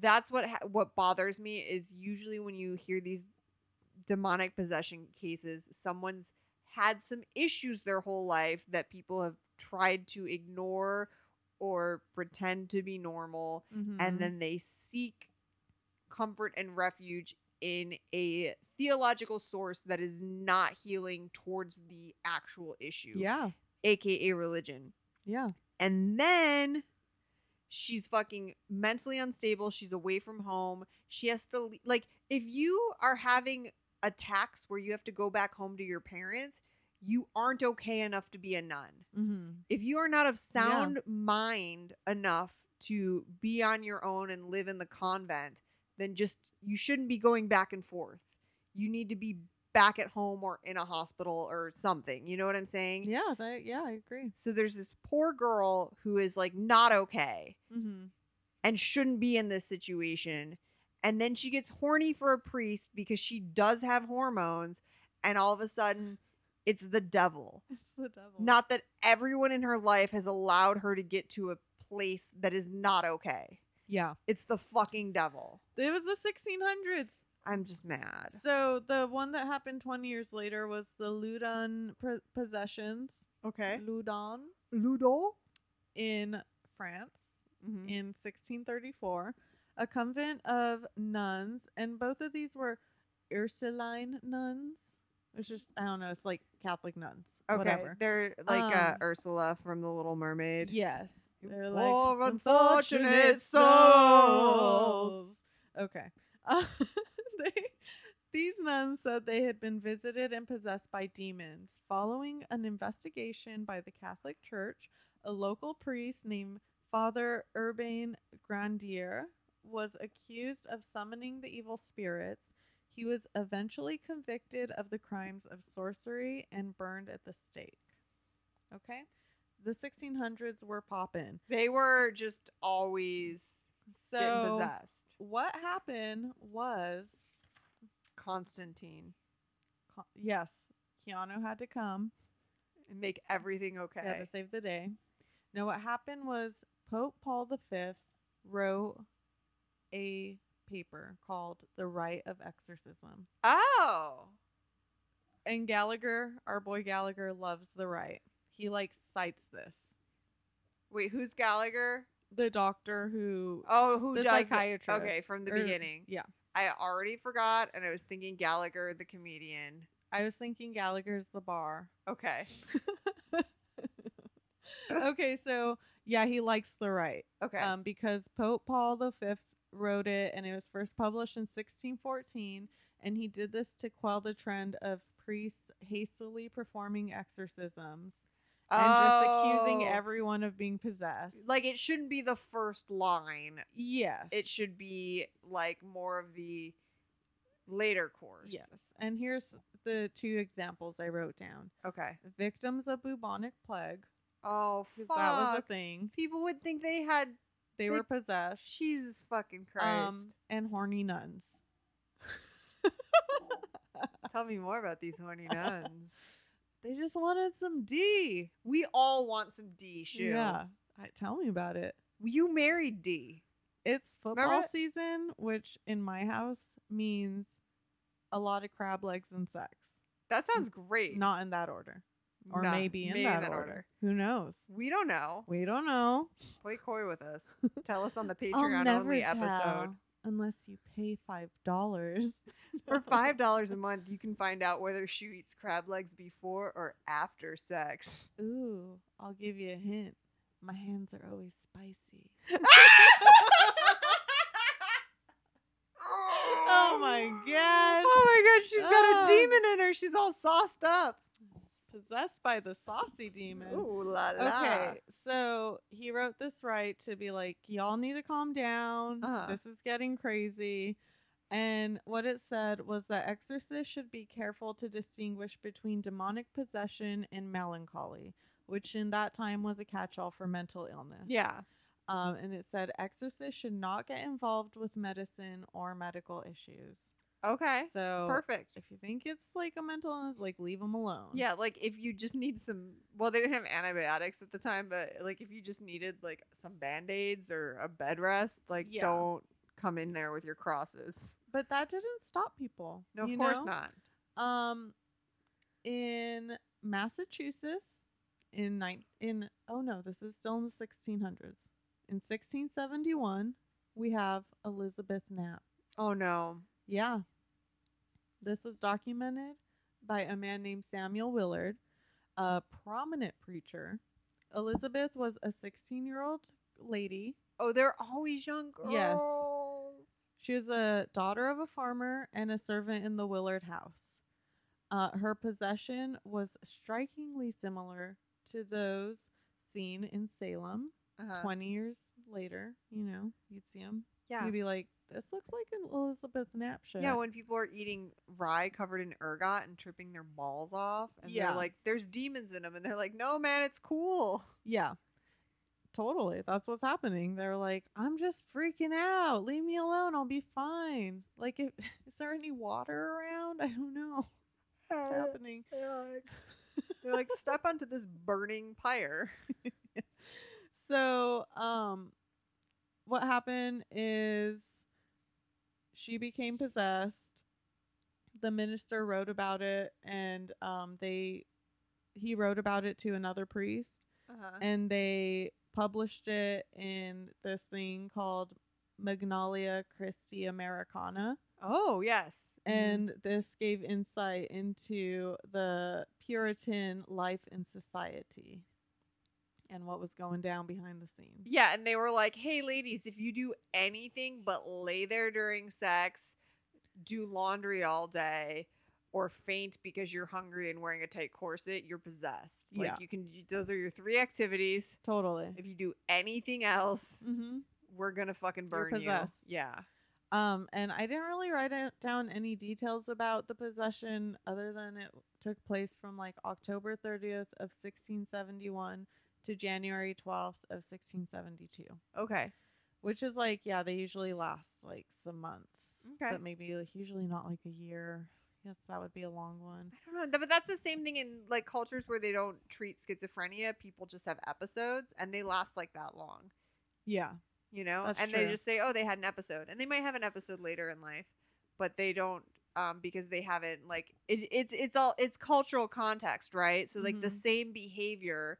Speaker 1: that's what ha- what bothers me is usually when you hear these demonic possession cases, someone's had some issues their whole life that people have tried to ignore or pretend to be normal,
Speaker 2: Mhm.
Speaker 1: and then they seek comfort and refuge in a theological source that is not healing towards the actual issue,
Speaker 2: yeah,
Speaker 1: aka religion.
Speaker 2: yeah,
Speaker 1: And then she's fucking mentally unstable. She's away from home. She has to, le- like, if you are having attacks where you have to go back home to your parents, you aren't okay enough to be a nun
Speaker 2: mm-hmm.
Speaker 1: if you are not of
Speaker 2: Yeah.
Speaker 1: sound mind enough to be on your own and live in the convent, then just you shouldn't be going back and forth. You need to be back at home or in a hospital or something. You know what I'm saying?
Speaker 2: yeah, I- yeah. I agree.
Speaker 1: So there's this poor girl who is like not okay
Speaker 2: Mm-hmm.
Speaker 1: and shouldn't be in this situation. And then she gets horny for a priest because she does have hormones. And all of a sudden, it's the devil.
Speaker 2: It's the devil.
Speaker 1: Not that everyone in her life has allowed her to get to a place that is not okay.
Speaker 2: Yeah.
Speaker 1: It's the fucking devil.
Speaker 2: It was the 1600s.
Speaker 1: I'm just mad.
Speaker 2: So the one that happened 20 years later was the Loudon pr- possessions.
Speaker 1: Okay.
Speaker 2: Loudon
Speaker 1: Ludo?
Speaker 2: in France
Speaker 1: Mm-hmm.
Speaker 2: in 1634, a convent of nuns, and both of these were Ursuline nuns. It's just I don't know. It's like Catholic nuns.
Speaker 1: Okay.
Speaker 2: Whatever.
Speaker 1: They're like uh,
Speaker 2: Um,
Speaker 1: Ursula from The Little Mermaid.
Speaker 2: Yes.
Speaker 1: You
Speaker 2: They're
Speaker 1: poor
Speaker 2: like
Speaker 1: unfortunate
Speaker 2: unfortunate
Speaker 1: souls."
Speaker 2: souls. Okay. Uh, they, these nuns said they had been visited and possessed by demons. Following an investigation by the Catholic Church, a local priest named Father Urbain Grandier was accused of summoning the evil spirits. He was eventually convicted of the crimes of sorcery and burned at the stake. Okay? The 1600s were poppin'.
Speaker 1: They were just always getting
Speaker 2: So,
Speaker 1: possessed.
Speaker 2: what happened was,
Speaker 1: Constantine.
Speaker 2: co- yes, Keanu had to come.
Speaker 1: And make everything okay.
Speaker 2: He had to save the day. Now, what happened was Pope Paul V wrote a paper called The Rite of Exorcism.
Speaker 1: Oh.
Speaker 2: And Gallagher, our boy Gallagher, loves the rite. He like cites this.
Speaker 1: Wait, who's Gallagher?
Speaker 2: The doctor who,
Speaker 1: Oh, who
Speaker 2: the
Speaker 1: does it?
Speaker 2: psychiatrist.
Speaker 1: Okay, from the
Speaker 2: Or-
Speaker 1: beginning.
Speaker 2: Yeah.
Speaker 1: I already forgot, and I was thinking Gallagher, the comedian.
Speaker 2: I was thinking Gallagher's the bar.
Speaker 1: Okay.
Speaker 2: okay, so yeah, he likes the rite.
Speaker 1: Okay.
Speaker 2: um, because Pope Paul V wrote it and it was first published in 1614. And he did this to quell the trend of priests hastily performing exorcisms and just accusing
Speaker 1: Oh.
Speaker 2: everyone of being possessed.
Speaker 1: Like, it shouldn't be the first line.
Speaker 2: yes.
Speaker 1: It should be, like, more of the later course.
Speaker 2: yes. And here's the two examples I wrote down
Speaker 1: Okay.
Speaker 2: victims of bubonic plague,
Speaker 1: Oh,
Speaker 2: 'cause
Speaker 1: fuck.
Speaker 2: that was a thing.
Speaker 1: People would think they had
Speaker 2: They
Speaker 1: They-
Speaker 2: were possessed.
Speaker 1: Jesus fucking Christ.
Speaker 2: Um, and horny nuns.
Speaker 1: Tell me more about these horny nuns.
Speaker 2: They just wanted some D.
Speaker 1: We all want some D, shoe.
Speaker 2: Yeah. I, tell me about it.
Speaker 1: You married D.
Speaker 2: It's football
Speaker 1: Remember that-
Speaker 2: season, which in my house means a lot of crab legs and sex.
Speaker 1: That sounds great.
Speaker 2: Not in that order. Or
Speaker 1: Nah,
Speaker 2: maybe in that, order. Who knows?
Speaker 1: We don't know.
Speaker 2: We don't know.
Speaker 1: Play coy with us. Tell us on the Patreon only episode.
Speaker 2: Unless you pay five dollars.
Speaker 1: For five dollars a month, you can find out whether she eats crab legs before or after sex.
Speaker 2: Ooh, I'll give you a hint. My hands are always spicy.
Speaker 1: oh
Speaker 2: my God.
Speaker 1: Oh my god, she's got
Speaker 2: Oh.
Speaker 1: a demon in her. She's all sauced up.
Speaker 2: Possessed by the saucy demon.
Speaker 1: Ooh la
Speaker 2: Okay, so he wrote this right to be like, y'all need to calm down.
Speaker 1: Uh-huh.
Speaker 2: This is getting crazy. And what it said was that exorcists should be careful to distinguish between demonic possession and melancholy, which in that time was a catch all for mental illness.
Speaker 1: Yeah.
Speaker 2: Um, and it said exorcists should not get involved with medicine or medical issues.
Speaker 1: Okay.
Speaker 2: So
Speaker 1: Eh, Perfect.
Speaker 2: if you think it's like a mental illness, like leave them alone.
Speaker 1: Yeah, like if you just need some well, they didn't have antibiotics at the time, but like if you just needed like some band aids or a bed rest, like
Speaker 2: Yeah.
Speaker 1: don't come in there with your crosses.
Speaker 2: But that didn't stop people.
Speaker 1: No, of
Speaker 2: you
Speaker 1: course
Speaker 2: know?
Speaker 1: not.
Speaker 2: Um, in Massachusetts, in nine in oh no, this is still in the 1600s. In 1671, we have Elizabeth Knapp.
Speaker 1: Oh no.
Speaker 2: Yeah, this was documented by a man named Samuel Willard, a prominent preacher. Elizabeth was a 16-year-old lady
Speaker 1: Oh, they're always young girls.
Speaker 2: Yes. She was a daughter of a farmer and a servant in the Willard house. Uh, her possession was strikingly similar to those seen in Salem
Speaker 1: Uh-huh.
Speaker 2: 20 years later. You know, you'd see them.
Speaker 1: Yeah.
Speaker 2: You'd be like, this looks like an Elizabeth Knapp show.
Speaker 1: Yeah, when people are eating rye covered in ergot and tripping their balls off, and
Speaker 2: Yeah.
Speaker 1: they're like, "There's demons in them," and they're like, "No, man, it's cool."
Speaker 2: yeah. Totally. That's what's happening. They're like, I'm just freaking out. Leave me alone. I'll be fine. Like, if, is there any water around? I don't know
Speaker 1: Uh.
Speaker 2: what's happening.
Speaker 1: They're like, they're like, "Step onto this burning pyre."
Speaker 2: So, um, what happened is she became possessed. The minister wrote about it, and um, they he wrote about it to another priest,
Speaker 1: Uh-huh.
Speaker 2: and they published it in this thing called Magnalia Christi Americana.
Speaker 1: oh yes, Mhm.
Speaker 2: And this gave insight into the Puritan life in society and what was going down behind the scenes.
Speaker 1: yeah, and they were like, "Hey, ladies, if you do anything but lay there during sex, do laundry all day." Or faint because you're hungry and wearing a tight corset, you're possessed. Like
Speaker 2: Yeah.
Speaker 1: you can, those are your three activities.
Speaker 2: Totally.
Speaker 1: If you do anything else,
Speaker 2: hmm
Speaker 1: we're gonna fucking
Speaker 2: You're
Speaker 1: burn you.
Speaker 2: possessed.
Speaker 1: Yeah.
Speaker 2: Um, and I didn't really write it down any details about the possession other than it took place from like October 30th of 1671 to January 12th of 1672,
Speaker 1: Okay.
Speaker 2: which is like, yeah, they usually last like some months,
Speaker 1: Okay.
Speaker 2: but maybe like, usually not like a year. Yes, that would be a long one.
Speaker 1: I don't know, th- but that's the same thing in like cultures where they don't treat schizophrenia. People just have episodes, and they last like that long,
Speaker 2: Yeah.
Speaker 1: you know.
Speaker 2: That's
Speaker 1: and they
Speaker 2: true.
Speaker 1: just say, "Oh, they had an episode," and they might have an episode later in life, but they don't um, because they haven't like it, it's it's all it's cultural context, right? So like the
Speaker 2: Mhm.
Speaker 1: same behavior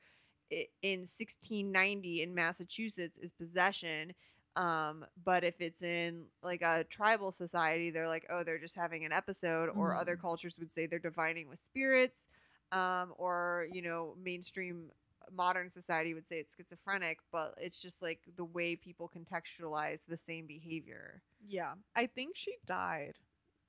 Speaker 1: i- in 1690 in Massachusetts is possession. Um, but if it's in like a tribal society, they're like, oh, they're just having an episode, or other
Speaker 2: Mhm.
Speaker 1: cultures would say they're divining with spirits, um, or you know, mainstream uh, modern society would say it's schizophrenic, but it's just like the way people contextualize the same behavior.
Speaker 2: Yeah. I think she died.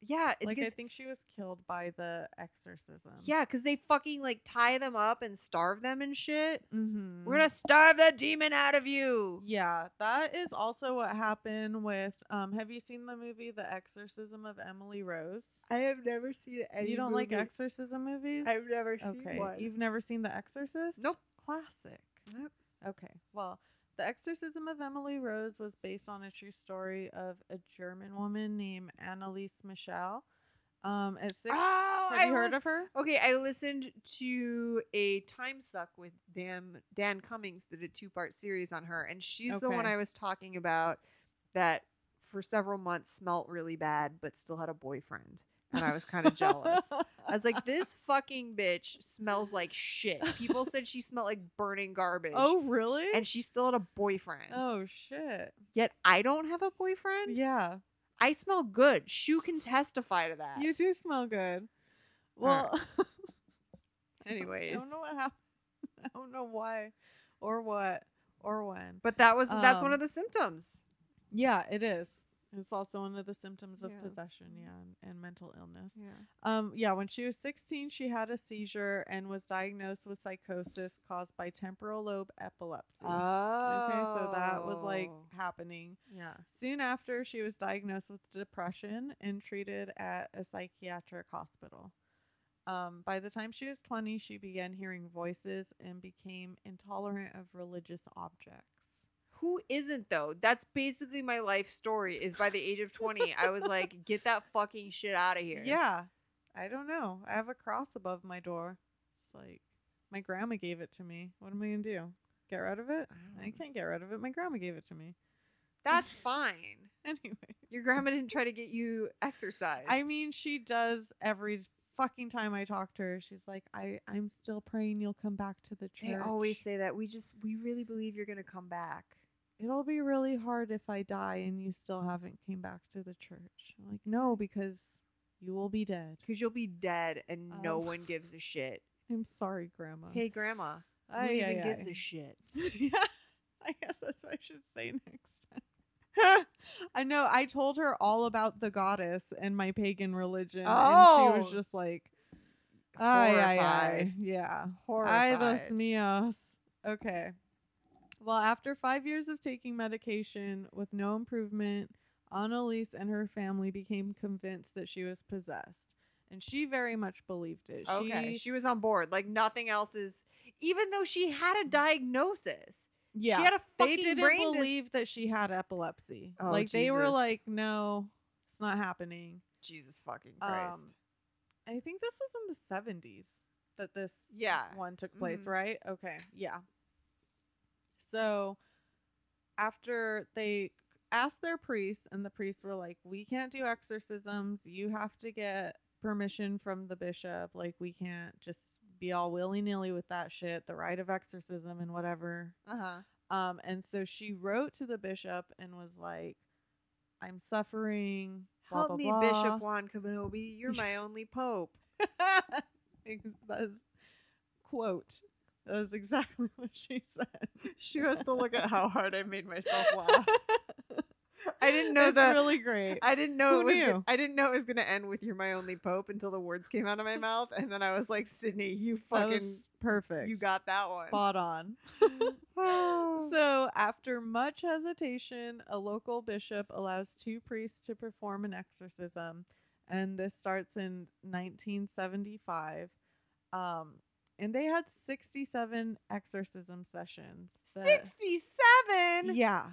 Speaker 1: Yeah, it's
Speaker 2: like I
Speaker 1: because
Speaker 2: think um she was killed by the exorcism.
Speaker 1: yeah, because they fucking like tie them up and starve them and shit.
Speaker 2: Mm-hmm.
Speaker 1: We're gonna starve that demon out of you.
Speaker 2: Yeah, that is also what happened with um have you seen the movie The Exorcism of Emily Rose?
Speaker 1: I have never seen
Speaker 2: you don't like exorcism movies?
Speaker 1: never
Speaker 2: okay. You've never seen The Exorcist?
Speaker 1: Nope.
Speaker 2: Classic.
Speaker 1: Nope.
Speaker 2: Okay. Well, The Exorcism of Emily Rose was based on a true story of a German woman named Annalise Michel. Um at 6
Speaker 1: Oh,
Speaker 2: Have you
Speaker 1: I
Speaker 2: heard
Speaker 1: lis-
Speaker 2: of her?
Speaker 1: Okay, I listened to a time suck with Dan Dan Cummings did a two part series on her, and she's the one
Speaker 2: Okay.
Speaker 1: I was talking about that for several months smelt really bad, but still had a boyfriend, and I was kind of jealous. I was like, this fucking bitch smells like shit. People said she smelled like burning garbage.
Speaker 2: Oh, really?
Speaker 1: And she still had a boyfriend.
Speaker 2: oh, shit.
Speaker 1: Yet I don't have a boyfriend.
Speaker 2: Yeah.
Speaker 1: I smell good. Shu can testify to that.
Speaker 2: You do smell good.
Speaker 1: Alright.
Speaker 2: Well,
Speaker 1: Anyways.
Speaker 2: I don't know what happened. I don't know why or what or when.
Speaker 1: But that was that's one
Speaker 2: Um,
Speaker 1: of the symptoms.
Speaker 2: Yeah, it is. It's also one of the symptoms of
Speaker 1: Yeah.
Speaker 2: possession, yeah, and, and mental illness.
Speaker 1: Yeah.
Speaker 2: Um, yeah, when she was 16, she had a seizure and was diagnosed with psychosis caused by temporal lobe epilepsy.
Speaker 1: Oh.
Speaker 2: Okay, so that was like happening.
Speaker 1: yeah.
Speaker 2: Soon after, she was diagnosed with depression and treated at a psychiatric hospital. Um, by the time she was 20, she began hearing voices and became intolerant of religious objects.
Speaker 1: Who isn't though? That's basically my life story. Is by the age of twenty, I was like, get that fucking shit out of here.
Speaker 2: Yeah, I don't know. I have a cross above my door. It's like my grandma gave it to me. What am I gonna do? Get rid of it? I
Speaker 1: Um,
Speaker 2: can't get rid of it. My grandma gave it to me.
Speaker 1: that's fine.
Speaker 2: Anyway,
Speaker 1: Your grandma didn't try to get you exercise.
Speaker 2: I mean, she does every fucking time I talk to her. She's like, I, I'm still praying you'll come back to the church.
Speaker 1: they always say that. We just we really believe you're gonna come back.
Speaker 2: it'll be really hard if I die and you still haven't came back to the church. I'm like, no, because you will be dead.
Speaker 1: Cause you'll be dead and no
Speaker 2: Um.
Speaker 1: one gives a shit.
Speaker 2: I'm sorry, Grandma.
Speaker 1: Hey, grandma, who
Speaker 2: Ay,
Speaker 1: even
Speaker 2: ay,
Speaker 1: gives
Speaker 2: ay.
Speaker 1: a shit?
Speaker 2: yeah, I guess that's what I should say next time. I know. I told her all about the goddess and my pagan religion, and she was
Speaker 1: Oh.
Speaker 2: just like, ay, ay,
Speaker 1: Horrified.
Speaker 2: ay. yeah, Ay,
Speaker 1: Horrified.
Speaker 2: dos míos. Okay. Well, after five years of taking medication with no improvement, Annalise and her family became convinced that she was possessed. And she very much believed it.
Speaker 1: Okay,
Speaker 2: She,
Speaker 1: she was on board. Like nothing else is. Even though she had a diagnosis,
Speaker 2: yeah.
Speaker 1: she had a
Speaker 2: they
Speaker 1: fucking
Speaker 2: didn't
Speaker 1: brain dis-
Speaker 2: believe that she had epilepsy.
Speaker 1: Oh,
Speaker 2: like they were
Speaker 1: Jesus.
Speaker 2: like, no, it's not happening.
Speaker 1: Jesus fucking
Speaker 2: Um, I think this was in the 70s that this
Speaker 1: Yeah. Mm-hmm.
Speaker 2: one took place,
Speaker 1: Mhm.
Speaker 2: right? Okay. Yeah. So after they asked their priests, and the priests were like, We can't do exorcisms. You have to get permission from the bishop. Like, we can't just be all willy nilly with that shit, the rite of exorcism and whatever.
Speaker 1: Uh huh.
Speaker 2: Um, and so she wrote to the bishop and was like, I'm suffering.
Speaker 1: Help
Speaker 2: Blah, blah,
Speaker 1: me,
Speaker 2: blah.
Speaker 1: Bishop Juan Kenobi. You're my only pope.
Speaker 2: That's quote. That was exactly what she said. She has to look at how hard I made myself laugh.
Speaker 1: I didn't know
Speaker 2: It's
Speaker 1: that.
Speaker 2: really great.
Speaker 1: I didn't know
Speaker 2: Who
Speaker 1: it was.
Speaker 2: knew?
Speaker 1: I didn't know it was going to end with "You're my only pope" until the words came out of my mouth, and then I was like, "Sydney, you
Speaker 2: That was
Speaker 1: fucking,
Speaker 2: perfect.
Speaker 1: you got that one."
Speaker 2: spot on.
Speaker 1: Oh.
Speaker 2: so after much hesitation, a local bishop allows two priests to perform an exorcism, and this starts in 1975. Um, and they had 67 exorcism sessions. that-
Speaker 1: Sixty-seven.
Speaker 2: Yeah.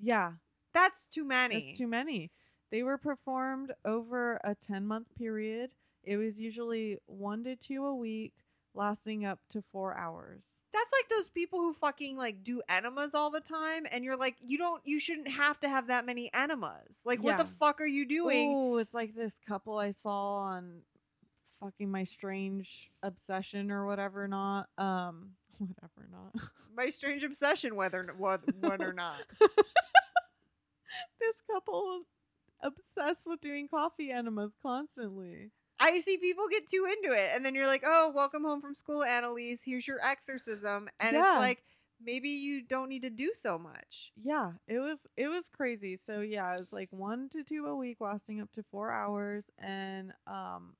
Speaker 2: Yeah.
Speaker 1: That's too many.
Speaker 2: It's too many. They were performed over a 10 month period. It was usually one to two a week, lasting up to four hours.
Speaker 1: That's like those people who fucking like do enemas all the time, and you're like, you don't, you shouldn't have to have that many enemas. Like, what the
Speaker 2: Yeah.
Speaker 1: fuck are you doing?
Speaker 2: Ooh, it's like this couple I saw on fucking my strange obsession or whatever not. Um, whatever not.
Speaker 1: My strange obsession, whether what, what or not.
Speaker 2: this couple was obsessed with doing coffee enemas constantly.
Speaker 1: I see people get too into it, and then you're like, "Oh, welcome home from school, Annalise. Here's your exorcism," and
Speaker 2: Yeah.
Speaker 1: it's like maybe you don't need to do so much.
Speaker 2: Yeah, it was it was crazy. So yeah, it was like one to two a week, lasting up to four hours, and um,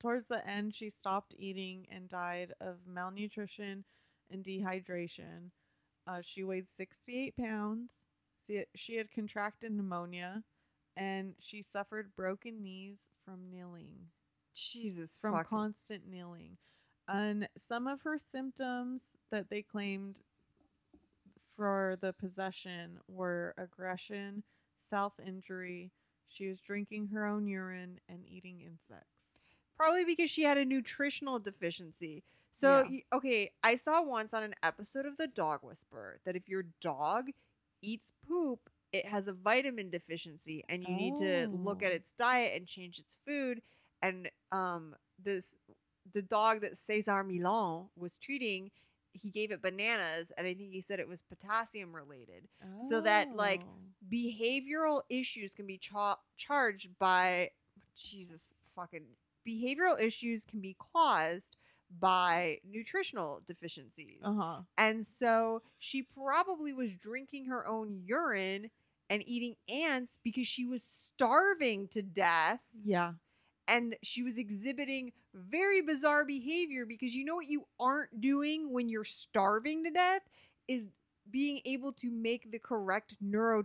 Speaker 2: towards the end, she stopped eating and died of malnutrition and dehydration. Uh, she weighed sixty eight pounds. She, she had contracted pneumonia, and she suffered broken knees from kneeling
Speaker 1: Jesus,
Speaker 2: from
Speaker 1: fucking-
Speaker 2: constant kneeling. And some of her symptoms that they claimed for the possession were aggression, self injury, she was drinking her own urine, and eating insects.
Speaker 1: probably because she had a nutritional deficiency. So
Speaker 2: Yeah.
Speaker 1: y okay, I saw once on an episode of The Dog Whisperer that if your dog eats poop, it has a vitamin deficiency, and you need to look at
Speaker 2: Oh.
Speaker 1: its diet and change its food. And um, this the dog that Cesar Milon was treating, he gave it bananas, and I think he said it was potassium related. So that, like, behavioral issues can be cha- charged by Jesus fucking behavioral issues can be caused by nutritional deficiencies.
Speaker 2: uh huh.
Speaker 1: And so she probably was drinking her own urine and eating ants because she was starving to death
Speaker 2: Yeah.
Speaker 1: and she was exhibiting very bizarre behavior because you know what you aren't doing when you're starving to death is being able to make the correct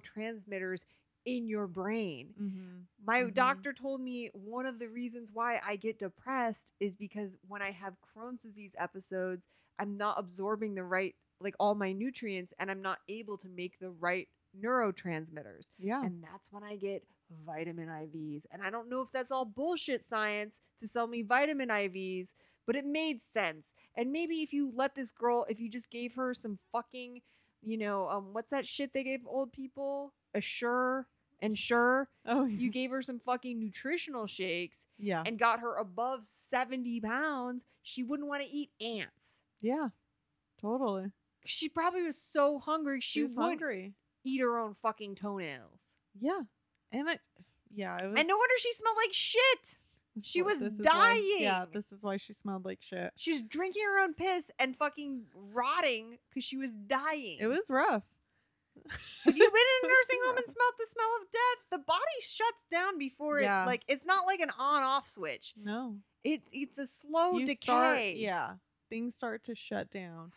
Speaker 1: neurotransmitters in your brain.
Speaker 2: Mm-hmm.
Speaker 1: My
Speaker 2: Mhm.
Speaker 1: doctor told me one of the reasons why I get depressed is because when I have Crohn's disease episodes, I'm not absorbing the right like all my nutrients and I'm not able to make the right neurotransmitters
Speaker 2: Yeah.
Speaker 1: and that's when I get vitamin IVs. And I don't know if that's all bullshit science to sell me vitamin IVs, but it made sense. And maybe if you let this girl, if you just gave her some fucking, you know, um, what's that shit they gave old people? Assure and sure,
Speaker 2: oh,
Speaker 1: you gave her some fucking nutritional shakes
Speaker 2: yeah.
Speaker 1: and got her above 70 pounds, she wouldn't want to eat ants.
Speaker 2: yeah. Totally.
Speaker 1: She probably was so hungry she,
Speaker 2: She was
Speaker 1: would
Speaker 2: hungry.
Speaker 1: eat her own fucking toenails.
Speaker 2: Yeah. And I, yeah, it was.
Speaker 1: And no wonder she smelled like shit.
Speaker 2: this is
Speaker 1: she
Speaker 2: why-
Speaker 1: was
Speaker 2: this is why- yeah,
Speaker 1: dying.
Speaker 2: this is why she smelled like shit.
Speaker 1: She was drinking her own piss and fucking rotting because she was dying.
Speaker 2: It was rough.
Speaker 1: Have you been in
Speaker 2: it
Speaker 1: a
Speaker 2: was
Speaker 1: nursing home and smelled the smell of death? The body shuts down before
Speaker 2: Yeah.
Speaker 1: it. Like it's not like an on-off switch.
Speaker 2: No.
Speaker 1: It it's a slow
Speaker 2: You
Speaker 1: Oh, decay.
Speaker 2: start- yeah. Things start to shut down.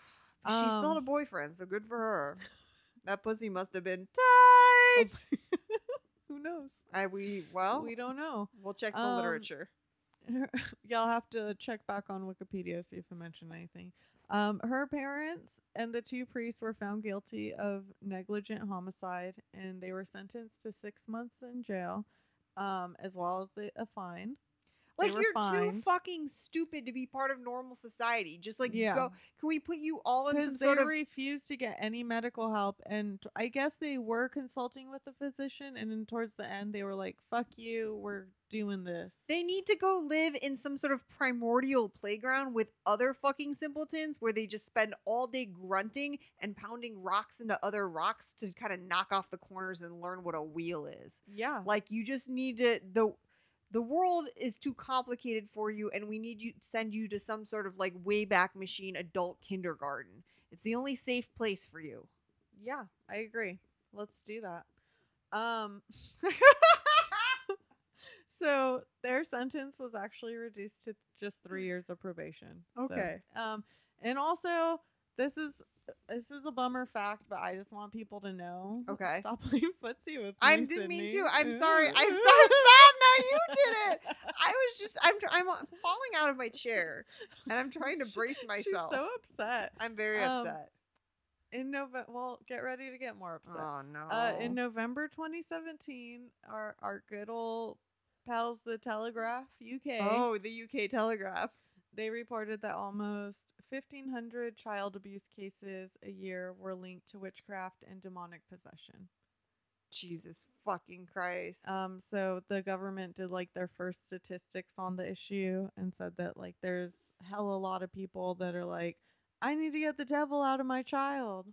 Speaker 1: But she still had a
Speaker 2: Um,
Speaker 1: boyfriend, so good for her. That pussy must have been
Speaker 2: Oh,
Speaker 1: tight.
Speaker 2: Who knows?
Speaker 1: I we well
Speaker 2: we don't know.
Speaker 1: we'll check the
Speaker 2: um,
Speaker 1: literature.
Speaker 2: Y'all have to check back on Wikipedia see if it mentioned anything. Um, her parents and the two priests were found guilty of negligent homicide, and they were sentenced to six months in jail, um, as well as the, a fine. They
Speaker 1: Like
Speaker 2: were
Speaker 1: you're too
Speaker 2: fined.
Speaker 1: fucking stupid to be part of normal society. Just like
Speaker 2: Yeah.
Speaker 1: go. Can we put you all in some
Speaker 2: because they
Speaker 1: sort of
Speaker 2: refused to get any medical help and i guess they were consulting with a physician and then towards the end they were like fuck you we're doing this
Speaker 1: They need to go live in some sort of primordial playground with other fucking simpletons where they just spend all day grunting and pounding rocks into other rocks to kind of knock off the corners and learn what a wheel is.
Speaker 2: yeah
Speaker 1: Like you just need to the the world is too complicated for you and we need you send you to some sort of like wayback machine adult kindergarten. It's the only safe place for you.
Speaker 2: yeah i agree let's do that um so their sentence was actually reduced to just three years of probation So,
Speaker 1: Mm. Okay.
Speaker 2: um and also this is this is a bummer fact, but I just want people to know.
Speaker 1: Okay.
Speaker 2: Stop playing footsie with me.
Speaker 1: I didn't mean
Speaker 2: Sydney.
Speaker 1: to. I'm sorry. I'm so stop. No, you did it. I was just I'm tr- I'm uh, falling out of my chair and I'm trying to brace myself.
Speaker 2: She's so upset.
Speaker 1: I'm very
Speaker 2: Um,
Speaker 1: upset.
Speaker 2: In November, well, get ready to get more upset.
Speaker 1: Oh no.
Speaker 2: Uh, in November 2017, our our good old pals, the Telegraph UK,
Speaker 1: oh, the UK Telegraph.
Speaker 2: they reported that almost 1,500 child abuse cases a year were linked to witchcraft and demonic possession.
Speaker 1: Jesus fucking Christ.
Speaker 2: Um, so the government did like their first statistics on the issue and said that like there's hell a lot of people that are like, I need to get the devil out of my child.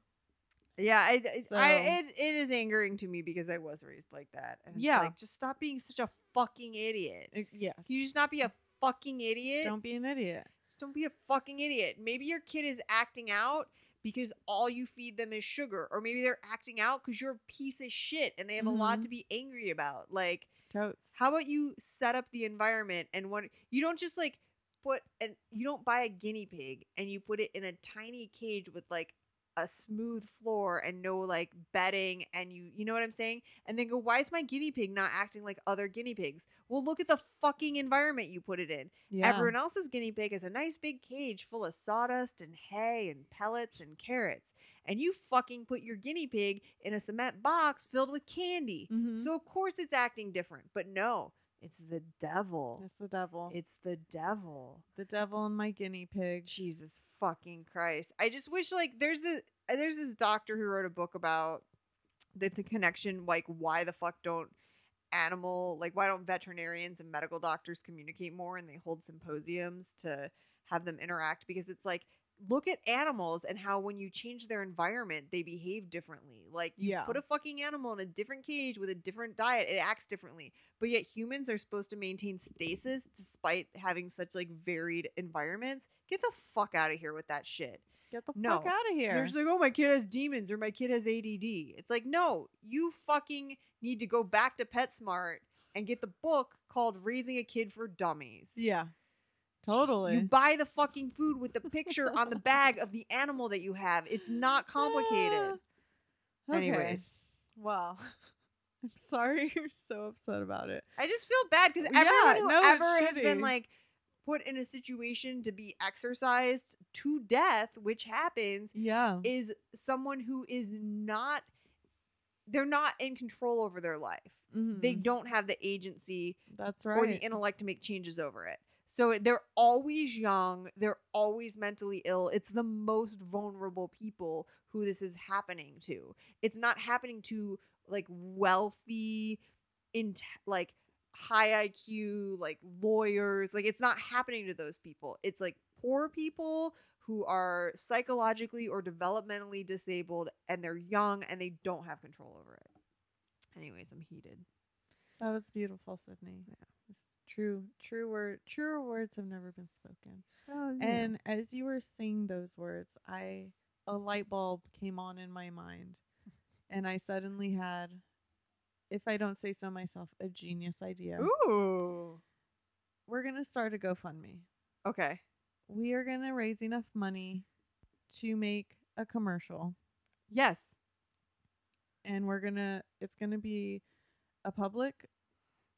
Speaker 1: yeah, I, it's I
Speaker 2: so-
Speaker 1: it, it is angering to me because I was raised like that. And it's
Speaker 2: Yeah.
Speaker 1: like just stop being such a fucking idiot. Can
Speaker 2: Uh, Yes.
Speaker 1: you just not be a fucking idiot?
Speaker 2: Don't be an idiot.
Speaker 1: Don't be a fucking idiot. Maybe your kid is acting out because all you feed them is sugar, or maybe they're acting out because you're a piece of shit and they have a lot
Speaker 2: Mhm.
Speaker 1: to be angry about. Like,
Speaker 2: Totes.
Speaker 1: how about you set up the environment and when you don't just like put and you don't buy a guinea pig and you put it in a tiny cage with like a smooth floor and no like bedding and you you know what I'm saying? And then go, why is my guinea pig not acting like other guinea pigs? Well, look at the fucking environment you put it in.
Speaker 2: Yeah.
Speaker 1: Everyone else's guinea pig is a nice big cage full of sawdust and hay and pellets and carrots. And you fucking put your guinea pig in a cement box filled with candy.
Speaker 2: Mhm.
Speaker 1: So, of course, it's acting different. But no, it's the devil.
Speaker 2: It's the devil.
Speaker 1: It's the devil.
Speaker 2: the devil and my guinea pig.
Speaker 1: Jesus fucking Christ. I just wish, like, there's a. There's this doctor who wrote a book about the, the connection, like why the fuck don't animal, like why don't veterinarians and medical doctors communicate more and they hold symposiums to have them interact because it's like look at animals and how when you change their environment they behave differently. Like you
Speaker 2: Yeah.
Speaker 1: put a fucking animal in a different cage with a different diet, it acts differently. But yet humans are supposed to maintain stasis despite having such like varied environments. Get the fuck out of here with that shit.
Speaker 2: Get the
Speaker 1: No.
Speaker 2: fuck out of
Speaker 1: They're
Speaker 2: here.
Speaker 1: just like, oh, my kid has demons or my kid has ADD. It's like, no, you fucking need to go back to PetSmart and get the book called Raising a Kid for Dummies.
Speaker 2: yeah. Totally.
Speaker 1: You buy the fucking food with the picture on the bag of the animal that you have. It's not complicated.
Speaker 2: Ah. Okay.
Speaker 1: Anyways,
Speaker 2: Well, I'm sorry you're so upset about it.
Speaker 1: I just feel bad because
Speaker 2: Yeah,
Speaker 1: everyone who
Speaker 2: no, it's
Speaker 1: ever has been
Speaker 2: shitty.
Speaker 1: like put in a situation to be exercised to death, which happens,
Speaker 2: Yeah.
Speaker 1: is someone who is not they're not in control over their life. They don't have the agency
Speaker 2: Mm-hmm. That's Mm. right.
Speaker 1: or the intellect to make changes over it. So they're always young, they're always mentally ill. It's the most vulnerable people who this is happening to. It's not happening to like wealthy in like high IQ like lawyers. Like it's not happening to those people. It's like poor people who are psychologically or developmentally disabled and they're young and they don't have control over it. Anyways, I'm heated.
Speaker 2: that was Oh, beautiful, Sydney. Yeah. true. True word. Truer words have never been spoken. And as you were saying those words, I a light bulb came on in my mind, and I suddenly had, if I don't say so myself, a genius idea.
Speaker 1: Ooh.
Speaker 2: We're gonna start a GoFundMe.
Speaker 1: Okay.
Speaker 2: We are gonna raise enough money to make a commercial.
Speaker 1: Yes.
Speaker 2: and we're gonna it's gonna be a public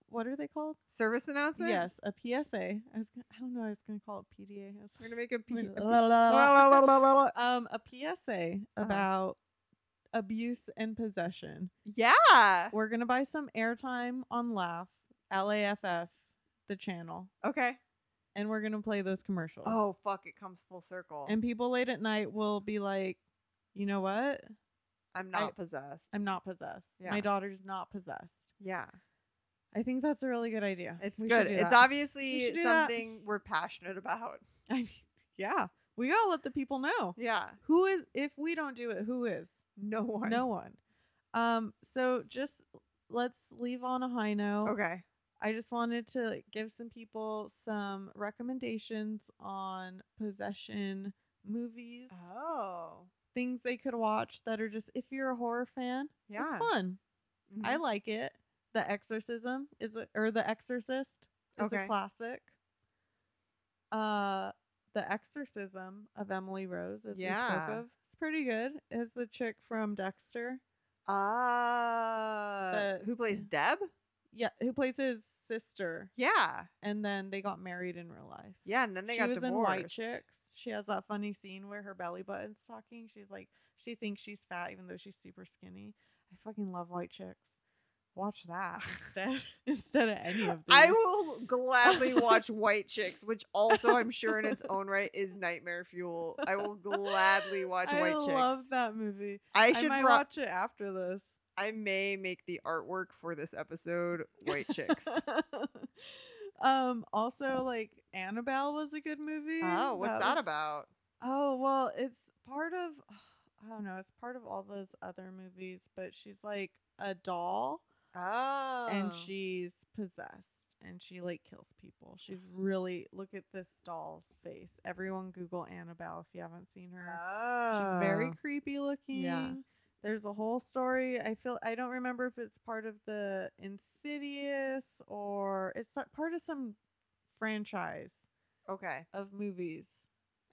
Speaker 2: what are they called
Speaker 1: Service announcement?
Speaker 2: yes a psa i was gonna, i don't know i was gonna call it pda I was
Speaker 1: We're going to make a P.
Speaker 2: La, la, la, la, la, la, la, la. um a psa
Speaker 1: Uh-huh.
Speaker 2: about abuse and possession
Speaker 1: yeah.
Speaker 2: we're gonna buy some airtime on laugh laff the channel
Speaker 1: Okay.
Speaker 2: and we're going to play those commercials.
Speaker 1: Oh fuck, it comes full circle.
Speaker 2: And people late at night will be like, you know what?
Speaker 1: I'm not possessed.
Speaker 2: I'm not possessed.
Speaker 1: Yeah.
Speaker 2: My daughter's not possessed.
Speaker 1: yeah.
Speaker 2: I think that's a really good idea.
Speaker 1: It's
Speaker 2: We should
Speaker 1: good.
Speaker 2: do
Speaker 1: It's
Speaker 2: that.
Speaker 1: obviously
Speaker 2: should do that.
Speaker 1: something we're passionate about.
Speaker 2: I mean, yeah. We got to let the people know.
Speaker 1: Yeah.
Speaker 2: Who is, if we don't do it, who is?
Speaker 1: No one.
Speaker 2: No one. Um, so just let's leave on a high note.
Speaker 1: Okay.
Speaker 2: I just wanted to give some people some recommendations on possession movies,
Speaker 1: Oh.
Speaker 2: things they could watch that are just if you're a horror fan,
Speaker 1: Yeah.
Speaker 2: it's fun. I
Speaker 1: Mhm.
Speaker 2: like it. The Exorcism is a, or The Exorcist is
Speaker 1: Okay.
Speaker 2: a classic. Uh, The Exorcism of Emily Rose, as we
Speaker 1: Yeah.
Speaker 2: spoke of, it's pretty good. Is the chick from Dexter?
Speaker 1: Uh,
Speaker 2: The-
Speaker 1: who plays Deb?
Speaker 2: Yeah, who plays his sister,
Speaker 1: Yeah.
Speaker 2: and then they got married in real life.
Speaker 1: Yeah, and then they
Speaker 2: she
Speaker 1: got
Speaker 2: was
Speaker 1: divorced.
Speaker 2: in White Chicks. She has that funny scene where her belly button's talking. She's like, she thinks she's fat even though she's super skinny. I fucking love White Chicks. Watch that instead instead of any of these.
Speaker 1: I will gladly watch White Chicks, which also I'm sure in its own right is nightmare fuel. I will gladly watch
Speaker 2: I
Speaker 1: White Chicks.
Speaker 2: love that movie.
Speaker 1: I
Speaker 2: I,
Speaker 1: should
Speaker 2: might
Speaker 1: pro-
Speaker 2: watch it after this.
Speaker 1: I may make the artwork for this episode White Chicks.
Speaker 2: um. Also, like Annabelle was a good movie.
Speaker 1: oh, what's that
Speaker 2: was-
Speaker 1: about?
Speaker 2: Oh well, it's part of I don't know, it's part of all those other movies, but she's like a doll
Speaker 1: Oh.
Speaker 2: and she's possessed and she like kills people. She's really look at this doll's face. Everyone Google Annabelle if you haven't seen her.
Speaker 1: Oh.
Speaker 2: She's very creepy looking. There's a whole story. I feel I don't remember if it's part of the Insidious or it's so- part of some franchise
Speaker 1: Okay.
Speaker 2: of movies.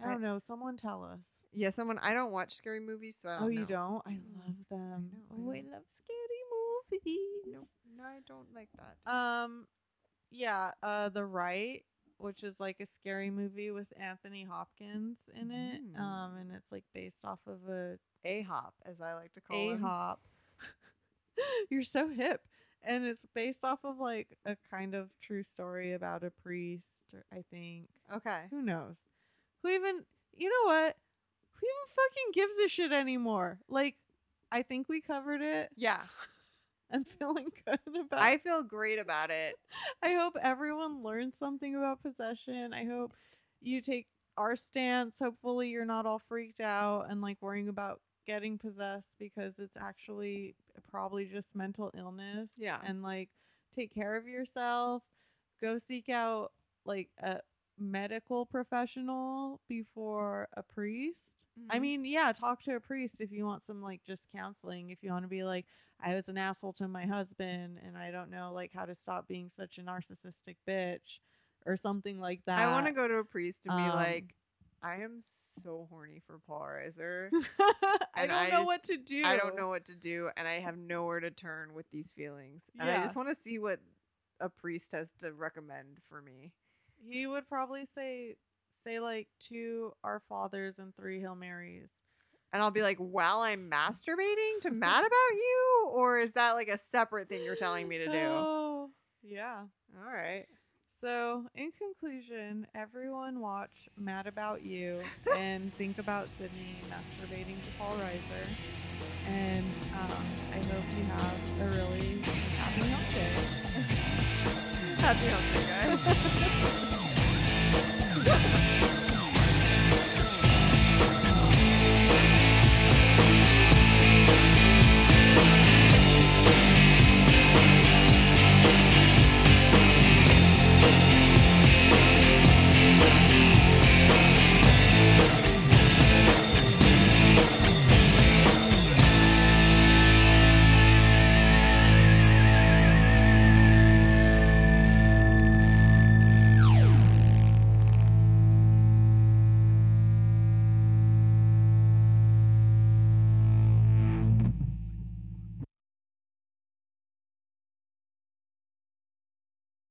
Speaker 2: I
Speaker 1: I-
Speaker 2: don't know. Someone tell us.
Speaker 1: Yeah, someone I don't watch scary movies, so I don't
Speaker 2: Oh,
Speaker 1: know.
Speaker 2: you don't? I
Speaker 1: Mm.
Speaker 2: love them. Oh,
Speaker 1: I know, I know.
Speaker 2: love scary movies.
Speaker 1: No, no, I don't like that.
Speaker 2: Um, yeah, uh, The Right, which is like a scary movie with Anthony Hopkins in it.
Speaker 1: Mm.
Speaker 2: Um, and it's like based off of a
Speaker 1: A hop, as I like to call
Speaker 2: a
Speaker 1: him.
Speaker 2: hop. You're so hip. And it's based off of like a kind of true story about a priest, or- I think.
Speaker 1: Okay.
Speaker 2: Who knows? Who even, you know what? Who even fucking gives a shit anymore? Like, I think we covered it.
Speaker 1: Yeah.
Speaker 2: I'm feeling good about
Speaker 1: I feel great about it.
Speaker 2: I hope everyone learned something about possession. I hope you take our stance. Hopefully you're not all freaked out and like worrying about getting possessed because it's actually probably just mental illness.
Speaker 1: Yeah.
Speaker 2: And like take care of yourself. Go seek out like a medical professional before a priest. I
Speaker 1: Mm-hmm.
Speaker 2: mean, yeah, talk to a priest if you want some like just counseling. If you want to be like, I was an asshole to my husband and I don't know like how to stop being such a narcissistic bitch or something like that.
Speaker 1: I want to go to a priest and be
Speaker 2: um,
Speaker 1: like, I am so horny for Paul Reiser.
Speaker 2: I
Speaker 1: and
Speaker 2: don't
Speaker 1: I
Speaker 2: know
Speaker 1: just-
Speaker 2: what to do.
Speaker 1: I don't know what to do, and I have nowhere to turn with these feelings. And I
Speaker 2: Yeah.
Speaker 1: just want to see what a priest has to recommend for me.
Speaker 2: He would probably say say like two Our Fathers and three Hail Marys.
Speaker 1: And I'll be like, while I'm masturbating to mad about you? Or is that like a separate thing you're telling me to do? All
Speaker 2: Oh, yeah.
Speaker 1: right.
Speaker 2: So, in conclusion, everyone watch Mad About You and think about Sydney masturbating to Paul Reiser. And um, I hope you have a really happy health day.
Speaker 1: Happy Hump Day, guys.